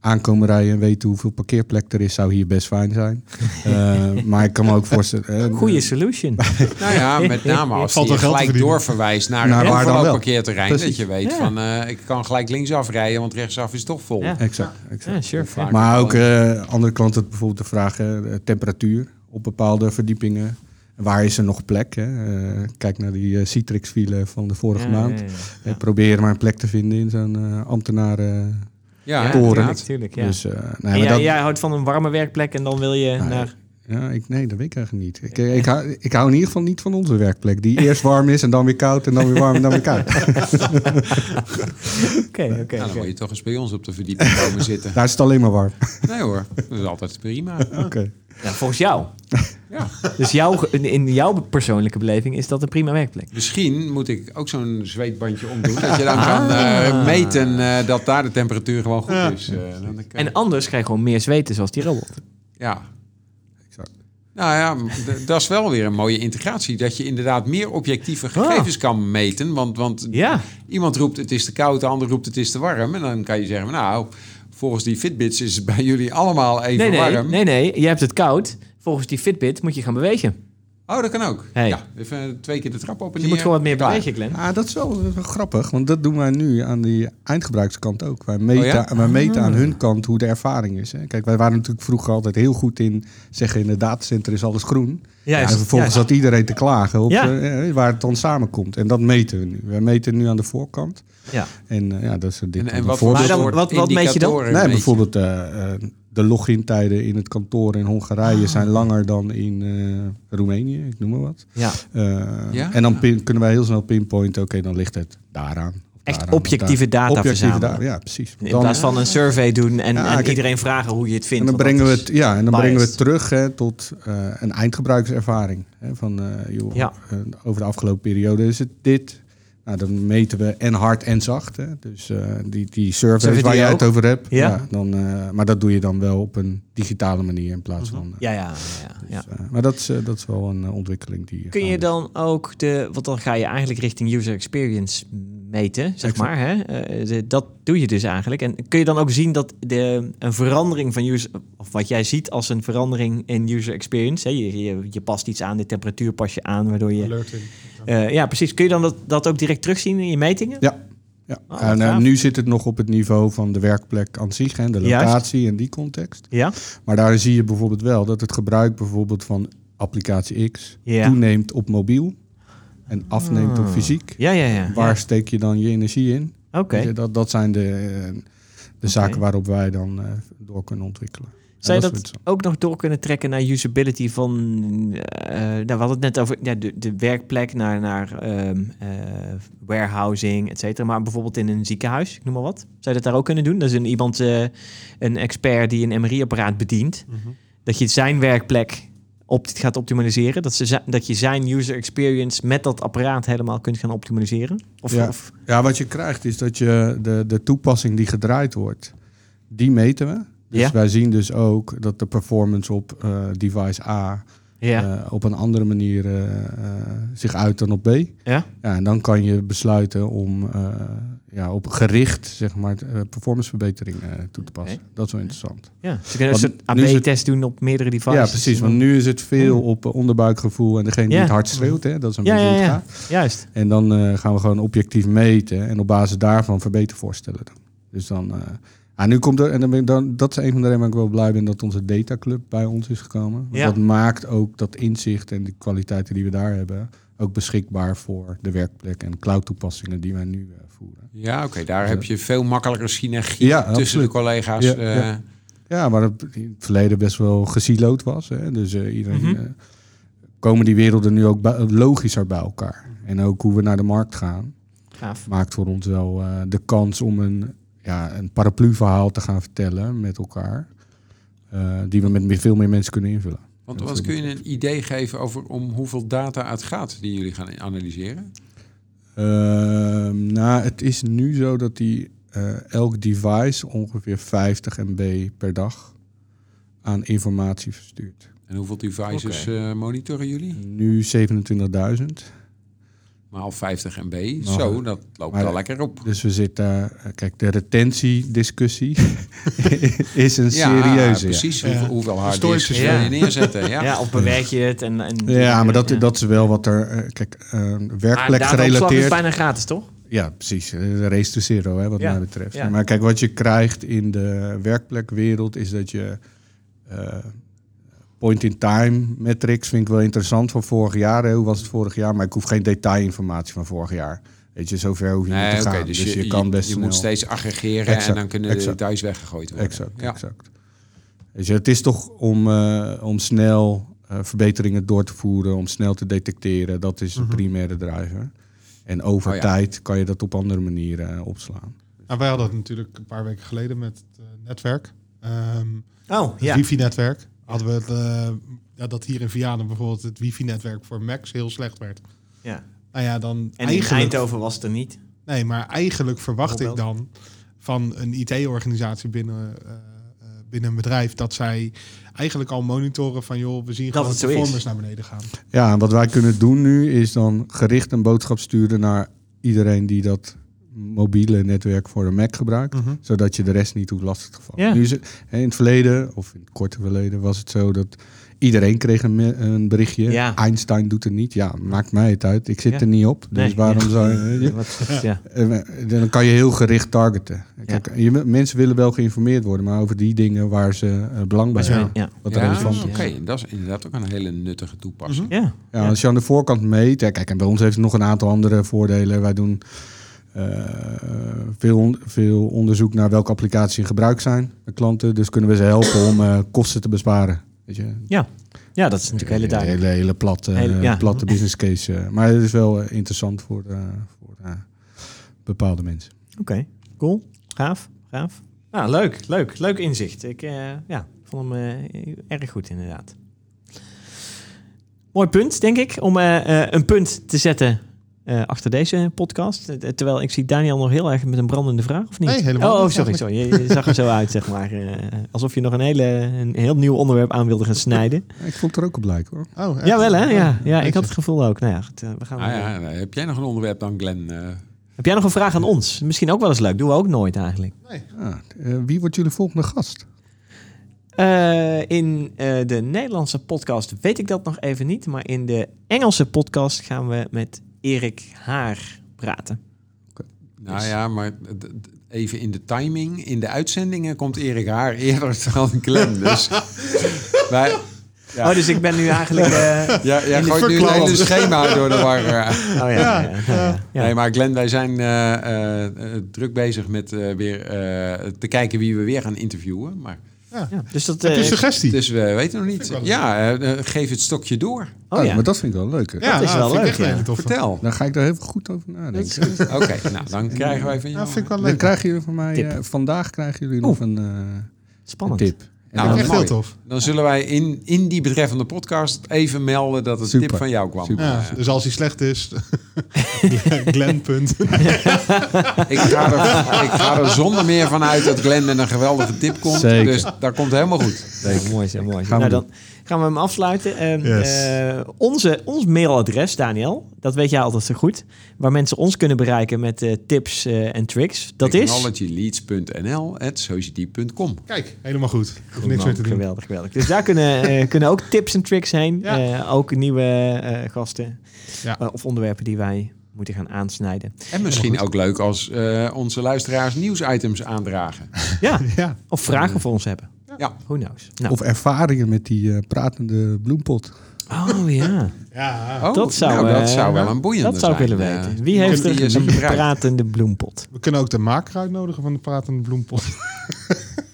[SPEAKER 2] aankomen rijden en weten hoeveel parkeerplek er is, zou hier best fijn zijn. Eh, maar ik kan me ook voorstellen. eh,
[SPEAKER 1] Goeie solution.
[SPEAKER 4] Nou ja, met name als
[SPEAKER 3] Valt
[SPEAKER 4] je
[SPEAKER 3] er geld te
[SPEAKER 4] gelijk
[SPEAKER 3] verdienen.
[SPEAKER 4] doorverwijst naar
[SPEAKER 2] Naar
[SPEAKER 4] een
[SPEAKER 2] waar dan wel.
[SPEAKER 4] parkeerterrein. Dat
[SPEAKER 2] Precies.
[SPEAKER 4] je weet
[SPEAKER 1] Ja.
[SPEAKER 4] van, eh, ik kan gelijk linksaf rijden, want rechtsaf is toch vol.
[SPEAKER 1] Ja.
[SPEAKER 2] Exact. exact.
[SPEAKER 1] ja, sure.
[SPEAKER 4] Vaak.
[SPEAKER 2] Maar ook eh, andere klanten had bijvoorbeeld de vraag eh, temperatuur op bepaalde verdiepingen. Waar is er nog plek? Hè? Eh, kijk naar die eh, Citrix-file van de vorige maand.
[SPEAKER 1] Ja, ja,
[SPEAKER 2] Eh, probeer maar een plek te vinden in zo'n eh, ambtenaren.
[SPEAKER 4] Ja,
[SPEAKER 1] ja,
[SPEAKER 2] toren.
[SPEAKER 1] tuurlijk,
[SPEAKER 4] inderdaad. Nou,
[SPEAKER 1] tuurlijk, ja.
[SPEAKER 2] Dus, eh, nee,
[SPEAKER 1] En
[SPEAKER 2] maar
[SPEAKER 1] jij,
[SPEAKER 2] dat-
[SPEAKER 1] jij houdt van een warme werkplek en dan wil je
[SPEAKER 2] Nou,
[SPEAKER 1] naar...
[SPEAKER 2] Ja, ik, nee, dat weet ik eigenlijk niet. Ik, eh, ik, hou, ik hou in ieder geval niet van onze werkplek. Die eerst warm is en dan weer koud en dan weer warm en dan weer koud.
[SPEAKER 1] Oké, oké.
[SPEAKER 4] Nou, dan
[SPEAKER 1] oké.
[SPEAKER 4] moet je toch eens bij ons op de verdieping komen zitten.
[SPEAKER 2] Daar is het alleen maar warm.
[SPEAKER 4] Nee hoor, dat is altijd prima.
[SPEAKER 1] Oh.
[SPEAKER 2] Oké.
[SPEAKER 1] Ja, Volgens jou.
[SPEAKER 4] Ja.
[SPEAKER 1] Dus jouw, ge- in- in jouw persoonlijke beleving is dat een prima werkplek.
[SPEAKER 4] Misschien moet ik ook zo'n zweetbandje omdoen. Dat je dan
[SPEAKER 1] Ah.
[SPEAKER 4] kan eh, meten eh, dat daar de temperatuur gewoon goed is. Eh, dan kan-
[SPEAKER 1] En anders krijg je gewoon meer zweten zoals die robot.
[SPEAKER 4] ja.
[SPEAKER 2] Exact.
[SPEAKER 4] Nou ja, d- dat is wel weer een mooie integratie. Dat je inderdaad meer objectieve gegevens kan meten. Want, want
[SPEAKER 1] Ah. Ja.
[SPEAKER 4] iemand roept het is te koud, de ander roept het is te warm. En dan kan je zeggen, nou, volgens die Fitbits is het bij jullie allemaal even
[SPEAKER 1] Nee, nee,
[SPEAKER 4] warm.
[SPEAKER 1] nee, nee. Je hebt het koud. Volgens die Fitbit moet je gaan bewegen.
[SPEAKER 4] Oh, dat kan ook.
[SPEAKER 1] Hey.
[SPEAKER 4] Ja, even twee keer de trap op en eh,
[SPEAKER 1] Je moet gewoon wat meer
[SPEAKER 4] Klaar.
[SPEAKER 1] bewegen, Glenn.
[SPEAKER 2] Ah, dat is wel, dat is wel grappig, want dat doen wij nu aan die eindgebruikerskant ook. Wij meten,
[SPEAKER 4] Oh ja?
[SPEAKER 1] Ah.
[SPEAKER 2] wij meten aan hun kant hoe de ervaring is. Hè. Kijk, wij waren natuurlijk vroeger altijd heel goed in zeggen in het datacenter is alles groen.
[SPEAKER 1] Juist,
[SPEAKER 2] en vervolgens
[SPEAKER 1] juist.
[SPEAKER 2] zat iedereen te klagen op
[SPEAKER 1] Ja.
[SPEAKER 2] eh, eh, waar het dan samenkomt. En dat meten we nu. Wij meten nu aan de voorkant.
[SPEAKER 1] Ja.
[SPEAKER 2] En eh, ja, dat is een ding.
[SPEAKER 4] En, en
[SPEAKER 2] Een
[SPEAKER 4] wat,
[SPEAKER 2] voorbeeld.
[SPEAKER 1] Maar dan-
[SPEAKER 4] soort
[SPEAKER 1] wat- wat meet je dan?
[SPEAKER 4] indicatoren
[SPEAKER 2] Nee,
[SPEAKER 4] meet je?
[SPEAKER 2] bijvoorbeeld eh, eh, de logintijden in het kantoor in Hongarije
[SPEAKER 1] Ah.
[SPEAKER 2] zijn langer dan in eh, Roemenië, ik noem maar wat.
[SPEAKER 1] ja.
[SPEAKER 2] Eh,
[SPEAKER 4] Ja?
[SPEAKER 2] En dan pin- kunnen wij heel snel pinpointen, oké, dan ligt het daaraan. of
[SPEAKER 1] Echt
[SPEAKER 2] daaraan, of
[SPEAKER 1] objectieve
[SPEAKER 2] daar.
[SPEAKER 1] data verzamelen.
[SPEAKER 2] data, ja, precies.
[SPEAKER 1] In
[SPEAKER 2] Dan-
[SPEAKER 1] plaats van een survey doen en,
[SPEAKER 2] Ja,
[SPEAKER 1] en
[SPEAKER 2] kijk.
[SPEAKER 1] iedereen vragen hoe je het vindt.
[SPEAKER 2] en dan,
[SPEAKER 1] want
[SPEAKER 2] brengen we
[SPEAKER 1] dat
[SPEAKER 2] het, ja, en dan
[SPEAKER 1] biased.
[SPEAKER 2] brengen we het terug hè, tot eh, een eindgebruikerservaring. Hè, van, eh, joh,
[SPEAKER 1] Ja.
[SPEAKER 2] eh, over de afgelopen periode is het dit. Nou, dan meten we en hard en zacht. Hè. Dus eh, die, die surveys
[SPEAKER 1] Survey
[SPEAKER 2] waar
[SPEAKER 1] die
[SPEAKER 2] jij
[SPEAKER 1] ook?
[SPEAKER 2] het over hebt.
[SPEAKER 1] Ja.
[SPEAKER 2] dan, eh, maar dat doe je dan wel op een digitale manier in plaats van... eh,
[SPEAKER 1] is- Ja, ja, ja, ja.
[SPEAKER 2] eh, maar dat is, eh, dat is wel een eh, ontwikkeling die...
[SPEAKER 1] Kun je
[SPEAKER 2] gaande is.
[SPEAKER 1] dan ook de, want dan ga je eigenlijk richting user experience meten, zeg
[SPEAKER 2] Exact.
[SPEAKER 1] maar. Hè? Eh, de- dat doe je dus eigenlijk. En kun je dan ook zien dat de, een verandering van user, of wat jij ziet als een verandering in user experience, hè? Je, je, je past iets aan, de temperatuur pas je aan, waardoor je.
[SPEAKER 3] Alerting.
[SPEAKER 1] Eh, ja, precies. Kun je dan dat, dat ook direct terugzien in je metingen?
[SPEAKER 2] Ja. ja.
[SPEAKER 1] Oh,
[SPEAKER 2] en, eh,
[SPEAKER 1] gaaf.
[SPEAKER 2] nu zit het nog op het niveau van de werkplek aan zich en de
[SPEAKER 1] Juist.
[SPEAKER 2] locatie en die context.
[SPEAKER 1] Ja.
[SPEAKER 2] Maar daar zie je bijvoorbeeld wel dat het gebruik bijvoorbeeld van applicatie X
[SPEAKER 1] Ja.
[SPEAKER 2] toeneemt op mobiel en afneemt op
[SPEAKER 1] Ah.
[SPEAKER 2] fysiek.
[SPEAKER 1] Ja, ja, ja.
[SPEAKER 2] Waar steek je dan je energie in?
[SPEAKER 1] Ja. Oké.
[SPEAKER 2] Weet je, Dat, dat zijn de, eh, de zaken waarop wij dan eh, door kunnen ontwikkelen. En
[SPEAKER 1] Zou je
[SPEAKER 2] is
[SPEAKER 1] dat ook nog door kunnen trekken naar usability van... eh, nou, we hadden het net over ja, de, de werkplek naar, naar ehm, eh, warehousing, et cetera. Maar bijvoorbeeld in een ziekenhuis, ik noem maar wat. Zou je dat daar ook kunnen doen? Dat is een, iemand, eh, een expert die een MRI-apparaat bedient. Dat je zijn werkplek op, gaat optimaliseren. Dat, ze, zi- dat je zijn user experience met dat apparaat helemaal kunt gaan optimaliseren. Of,
[SPEAKER 2] Ja.
[SPEAKER 1] of
[SPEAKER 2] Ja, wat je krijgt is dat je de, de toepassing die gedraaid wordt, die meten we. Dus
[SPEAKER 1] Ja.
[SPEAKER 2] wij zien dus ook dat de performance op eh, device A
[SPEAKER 1] ja.
[SPEAKER 2] eh, op een andere manier eh, eh, zich uit dan op B.
[SPEAKER 1] Ja.
[SPEAKER 2] Ja, en dan kan je besluiten om eh, ja, op gericht zeg maar, eh, performanceverbetering eh, toe te passen. Dat is wel interessant.
[SPEAKER 1] ja. Ze kunnen een
[SPEAKER 2] Want
[SPEAKER 1] soort
[SPEAKER 2] nu is het-
[SPEAKER 1] AB-test doen op meerdere devices.
[SPEAKER 2] Ja, precies. Want nu is het veel op eh, onderbuikgevoel en degene die
[SPEAKER 1] Ja.
[SPEAKER 2] het hard schreeuwt. Hè, dat is een
[SPEAKER 1] Ja,
[SPEAKER 2] beetje
[SPEAKER 1] ja,
[SPEAKER 2] hoe het
[SPEAKER 1] ja.
[SPEAKER 2] gaat.
[SPEAKER 1] Juist.
[SPEAKER 2] En dan eh, gaan we gewoon objectief meten en op basis daarvan verbetervoorstellen. Dan. Dus dan... eh, ah, nu komt er, en dan ben ik dan, dat is een van de redenen waarom ik wel blij ben dat onze dataclub bij ons is gekomen. Want
[SPEAKER 1] Ja.
[SPEAKER 2] Dat maakt ook dat inzicht en de kwaliteiten die we daar hebben ook beschikbaar voor de werkplek en cloud toepassingen die wij nu eh, voeren.
[SPEAKER 4] Ja, oké, daar heb je veel makkelijker synergie
[SPEAKER 2] Ja,
[SPEAKER 4] tussen
[SPEAKER 2] absoluut.
[SPEAKER 4] de collega's.
[SPEAKER 2] Ja,
[SPEAKER 4] eh,
[SPEAKER 2] ja. Ja, waar het in het verleden best wel gesilood was. Hè? Dus eh, iedereen,
[SPEAKER 1] Mhm.
[SPEAKER 2] eh, komen die werelden nu ook bij- logischer bij elkaar.
[SPEAKER 1] Mhm.
[SPEAKER 2] En ook hoe we naar de markt gaan,
[SPEAKER 1] Gaaf.
[SPEAKER 2] maakt voor ons wel eh, de kans om een, ja, een paraplu verhaal te gaan vertellen met elkaar. eh, die we met meer- veel meer mensen kunnen invullen.
[SPEAKER 4] Want, want kun je een idee geven over om hoeveel data het gaat die jullie gaan analyseren?
[SPEAKER 2] Ehm, nou, het is nu zo dat die, eh, elk device ongeveer 50 MB per dag aan informatie verstuurt.
[SPEAKER 4] En hoeveel devices
[SPEAKER 1] Oké.
[SPEAKER 4] eh, monitoren jullie?
[SPEAKER 2] Nu 27.000.
[SPEAKER 4] Maar al 50 MB.
[SPEAKER 2] Nou,
[SPEAKER 4] Zo, dat loopt
[SPEAKER 2] maar-
[SPEAKER 4] wel lekker op.
[SPEAKER 2] Dus we zitten, eh, kijk, de retentiediscussie is een serieuze. ja.
[SPEAKER 4] precies.
[SPEAKER 3] Ja.
[SPEAKER 4] Hoeveel, hoeveel harddisks
[SPEAKER 3] Stoortjes,
[SPEAKER 4] wil
[SPEAKER 1] ja.
[SPEAKER 4] je neerzetten? Ja.
[SPEAKER 1] Ja, of bewerk je het en... en
[SPEAKER 2] Ja, maar dat, dat is wel wat er, eh, kijk, eh werkplek
[SPEAKER 1] is
[SPEAKER 2] gerelateerd.
[SPEAKER 1] bijna gratis, toch?
[SPEAKER 2] Ja, precies. eh, De race to zero, hè, wat
[SPEAKER 1] Ja,
[SPEAKER 2] mij betreft.
[SPEAKER 1] ja.
[SPEAKER 2] Maar kijk, wat je krijgt in de werkplekwereld is dat je eh, point-in-time metrics vind ik wel interessant van vorig jaar. hè. Hoe was het vorig jaar? Maar ik hoef geen detailinformatie van vorig jaar. Weet je, zover hoef je
[SPEAKER 4] Nee,
[SPEAKER 2] niet te
[SPEAKER 4] oké,
[SPEAKER 2] gaan.
[SPEAKER 4] dus,
[SPEAKER 2] dus, je, kan best
[SPEAKER 4] je
[SPEAKER 2] snel.
[SPEAKER 4] moet steeds aggregeren en
[SPEAKER 2] Exact,
[SPEAKER 4] dan kunnen de
[SPEAKER 2] exact.
[SPEAKER 4] details weggegooid worden.
[SPEAKER 2] Exact,
[SPEAKER 4] Ja.
[SPEAKER 2] exact. Weet je, het is toch om, eh, om snel eh, verbeteringen door te voeren, om snel te detecteren. Dat is
[SPEAKER 1] Mhm.
[SPEAKER 2] de primaire driver. En over
[SPEAKER 4] Oh ja.
[SPEAKER 2] tijd kan je dat op andere manieren eh, opslaan.
[SPEAKER 3] Nou, wij hadden het natuurlijk een paar weken geleden met het eh, netwerk. Ehm,
[SPEAKER 1] Oh,
[SPEAKER 3] het
[SPEAKER 1] ja.
[SPEAKER 3] wifi-netwerk. Hadden we het, eh, ja, dat hier in Vianen bijvoorbeeld het wifi-netwerk voor Macs heel slecht werd.
[SPEAKER 1] ja.
[SPEAKER 3] Nou ja, dan
[SPEAKER 1] En in
[SPEAKER 3] eigenlijk...
[SPEAKER 1] Eindhoven was het er niet.
[SPEAKER 3] Nee, maar eigenlijk verwacht ik
[SPEAKER 1] Bijvoorbeeld.
[SPEAKER 3] dan van een IT-organisatie binnen, eh, eh, binnen een bedrijf... dat zij eigenlijk al monitoren van... joh, we zien
[SPEAKER 1] Dat
[SPEAKER 3] gewoon
[SPEAKER 1] het
[SPEAKER 3] dat
[SPEAKER 1] zo is.
[SPEAKER 3] performance naar beneden gaan.
[SPEAKER 2] Ja, en wat wij kunnen doen nu is dan gericht een boodschap sturen naar iedereen die dat mobiele netwerk voor een Mac gebruikt,
[SPEAKER 3] Mhm.
[SPEAKER 2] zodat je de rest niet hoeft lastig te vallen.
[SPEAKER 1] Ja.
[SPEAKER 2] Nu is het, hè, in het verleden, of in het korte verleden, was het zo dat Iedereen kreeg een, me- een berichtje.
[SPEAKER 1] Ja.
[SPEAKER 2] Einstein doet het niet. Ja, maakt mij het uit. Ik zit
[SPEAKER 1] Ja.
[SPEAKER 2] er niet op. Dus
[SPEAKER 1] Nee,
[SPEAKER 2] waarom
[SPEAKER 1] ja.
[SPEAKER 2] zou je...
[SPEAKER 1] Ja, wat- ja.
[SPEAKER 2] Eh, Dan kan je heel gericht targeten. Kijk, je, mensen willen wel geïnformeerd worden, maar over die dingen waar ze eh, belang bij
[SPEAKER 1] Best wel,
[SPEAKER 2] hebben.
[SPEAKER 1] ja.
[SPEAKER 2] Wat
[SPEAKER 4] ja,
[SPEAKER 2] relevant
[SPEAKER 4] oké.
[SPEAKER 2] is.
[SPEAKER 4] Dat is inderdaad ook een hele nuttige toepassing.
[SPEAKER 1] Ja.
[SPEAKER 2] Ja, als je aan de voorkant meet. ja, kijk, en bij ons heeft het nog een aantal andere voordelen. Wij doen eh, veel, on- veel onderzoek naar welke applicaties in gebruik zijn bij klanten. Dus kunnen we ze helpen om eh, kosten te besparen. Weet je?
[SPEAKER 1] ja. ja, dat is natuurlijk hele duidelijk.
[SPEAKER 2] Hele, hele platte,
[SPEAKER 1] Hele- ja.
[SPEAKER 2] platte business case. eh. maar het is wel eh, interessant voor, eh, voor eh, bepaalde mensen.
[SPEAKER 1] Oké, cool. Gaaf, gaaf. Nou, leuk, leuk, leuk inzicht. Ik eh, ja, vond hem eh, erg goed inderdaad. Mooi punt, denk ik, om eh, eh, een punt te zetten eh, achter deze podcast. Eh, terwijl ik zie Daniel nog heel erg met een brandende vraag, of niet?
[SPEAKER 3] Nee, helemaal
[SPEAKER 1] oh, oh,
[SPEAKER 3] niet
[SPEAKER 1] sorry, sorry. Je, je zag er zo uit, zeg maar. Eh, alsof je nog een, hele, een heel nieuw onderwerp aan wilde gaan snijden.
[SPEAKER 2] Ja, Ik vond het er ook op lijken hoor.
[SPEAKER 3] Oh, echt?
[SPEAKER 1] Jawel, hè? Ja, ja, ik
[SPEAKER 3] Jeetje.
[SPEAKER 1] had het gevoel ook. Nou ja, goed, eh, we
[SPEAKER 2] Mhm.
[SPEAKER 1] gaan
[SPEAKER 4] Ah, ja, heb jij nog een onderwerp dan, Glenn? eh?
[SPEAKER 1] Heb jij nog een vraag aan ons? Misschien ook wel eens leuk. Doen we ook nooit eigenlijk.
[SPEAKER 2] Ja, eh, wie wordt jullie volgende gast?
[SPEAKER 1] Eh, in eh, de Nederlandse podcast weet ik dat nog even niet. Maar in de Engelse podcast gaan we met Erik Haar praten.
[SPEAKER 4] Nou ja, maar d- d- even in de timing. In de uitzendingen komt Erik Haar eerder dan Glenn. Dus wij, Ja.
[SPEAKER 1] Oh, dus ik ben nu eigenlijk... eh,
[SPEAKER 4] ja, jij
[SPEAKER 1] In de
[SPEAKER 4] gooit nu het
[SPEAKER 3] verklap.
[SPEAKER 4] hele schema door de war. eh.
[SPEAKER 1] oh ja, ja, ja, ja, ja.
[SPEAKER 4] Nee, maar Glenn, wij zijn eh, eh, eh, druk bezig met eh, weer eh, te kijken wie we weer gaan interviewen. Maar
[SPEAKER 1] Ja, Dus dat...
[SPEAKER 3] Heb je
[SPEAKER 1] eh,
[SPEAKER 3] een suggestie?
[SPEAKER 4] dus we weten nog niet.
[SPEAKER 3] ik wel leuk.
[SPEAKER 4] Ja, eh, eh, geef het stokje door.
[SPEAKER 1] oh ja.
[SPEAKER 2] Maar dat vind ik wel leuk. hè.
[SPEAKER 1] dat is wel
[SPEAKER 3] vind ik
[SPEAKER 1] leuk,
[SPEAKER 3] echt een
[SPEAKER 1] ja.
[SPEAKER 3] hele toffe.
[SPEAKER 4] Vertel.
[SPEAKER 2] Daar ga ik daar even goed over nadenken.
[SPEAKER 1] eh,
[SPEAKER 4] Oké, nou dan krijgen wij van jou.
[SPEAKER 3] Ja, vind ik wel
[SPEAKER 2] Dan
[SPEAKER 3] leuk.
[SPEAKER 2] krijgen jullie van mij,
[SPEAKER 1] Tip.
[SPEAKER 2] eh, vandaag krijgen jullie nog een, eh, een
[SPEAKER 1] Spannend.
[SPEAKER 2] tip.
[SPEAKER 4] Nou,
[SPEAKER 3] Vind ik echt
[SPEAKER 4] mooi.
[SPEAKER 3] heel tof.
[SPEAKER 4] Dan zullen wij in, in die betreffende podcast even melden dat het
[SPEAKER 2] Super.
[SPEAKER 4] tip van jou kwam.
[SPEAKER 2] Super.
[SPEAKER 3] Ja, dus als hij slecht is, Glenn punt.
[SPEAKER 4] Ik ga, er, ik ga er zonder meer van uit dat Glenn met een geweldige tip komt.
[SPEAKER 2] Zeker.
[SPEAKER 4] Dus dat komt helemaal goed.
[SPEAKER 1] Ja, mooi zo, mooi zo.
[SPEAKER 2] Gaan we
[SPEAKER 1] nou, dan gaan we hem afsluiten. En,
[SPEAKER 3] Yes.
[SPEAKER 1] eh, onze, ons mailadres, Daniel, dat weet jij altijd zo goed. Waar mensen ons kunnen bereiken met eh, tips eh, en tricks. Dat is...
[SPEAKER 4] technologyleads.nl at society.com.
[SPEAKER 3] Kijk, helemaal goed. Ik hoef niks meer te doen.
[SPEAKER 1] Geweldig, geweldig. Dus daar kunnen, eh, kunnen ook tips en tricks heen.
[SPEAKER 3] Ja.
[SPEAKER 1] Eh, ook nieuwe eh, gasten
[SPEAKER 3] Ja.
[SPEAKER 1] Eh, of onderwerpen die wij moeten gaan aansnijden.
[SPEAKER 4] En misschien ook leuk als eh, onze luisteraars nieuwsitems aandragen.
[SPEAKER 1] Ja,
[SPEAKER 3] Ja,
[SPEAKER 1] of vragen voor ons hebben.
[SPEAKER 4] Ja.
[SPEAKER 1] Who knows? Nou.
[SPEAKER 2] Of ervaringen met die eh, pratende bloempot.
[SPEAKER 1] oh ja,
[SPEAKER 3] ja.
[SPEAKER 4] Oh,
[SPEAKER 1] Dat zou,
[SPEAKER 4] nou, dat
[SPEAKER 1] eh,
[SPEAKER 4] zou wel een boeiende
[SPEAKER 1] dat zou ik willen
[SPEAKER 4] zijn.
[SPEAKER 1] weten.
[SPEAKER 4] Eh,
[SPEAKER 1] Wie
[SPEAKER 4] want
[SPEAKER 1] heeft
[SPEAKER 4] die is
[SPEAKER 1] er een
[SPEAKER 4] gebruikt.
[SPEAKER 1] pratende bloempot?
[SPEAKER 4] Nou,
[SPEAKER 3] We kunnen ook de maker uitnodigen van de pratende bloempot.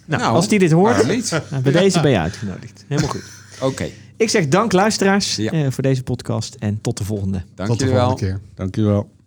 [SPEAKER 1] Nou,
[SPEAKER 4] Nou,
[SPEAKER 1] als die dit hoort,
[SPEAKER 4] waarom niet?
[SPEAKER 1] nou, bij deze ben je uitgenodigd. Helemaal goed.
[SPEAKER 4] Oké,
[SPEAKER 1] Ik zeg dank luisteraars
[SPEAKER 4] Ja.
[SPEAKER 1] eh, voor deze podcast en tot de volgende.
[SPEAKER 4] dank
[SPEAKER 3] Tot de
[SPEAKER 4] jullie wel.
[SPEAKER 3] volgende keer.
[SPEAKER 2] Dankjewel.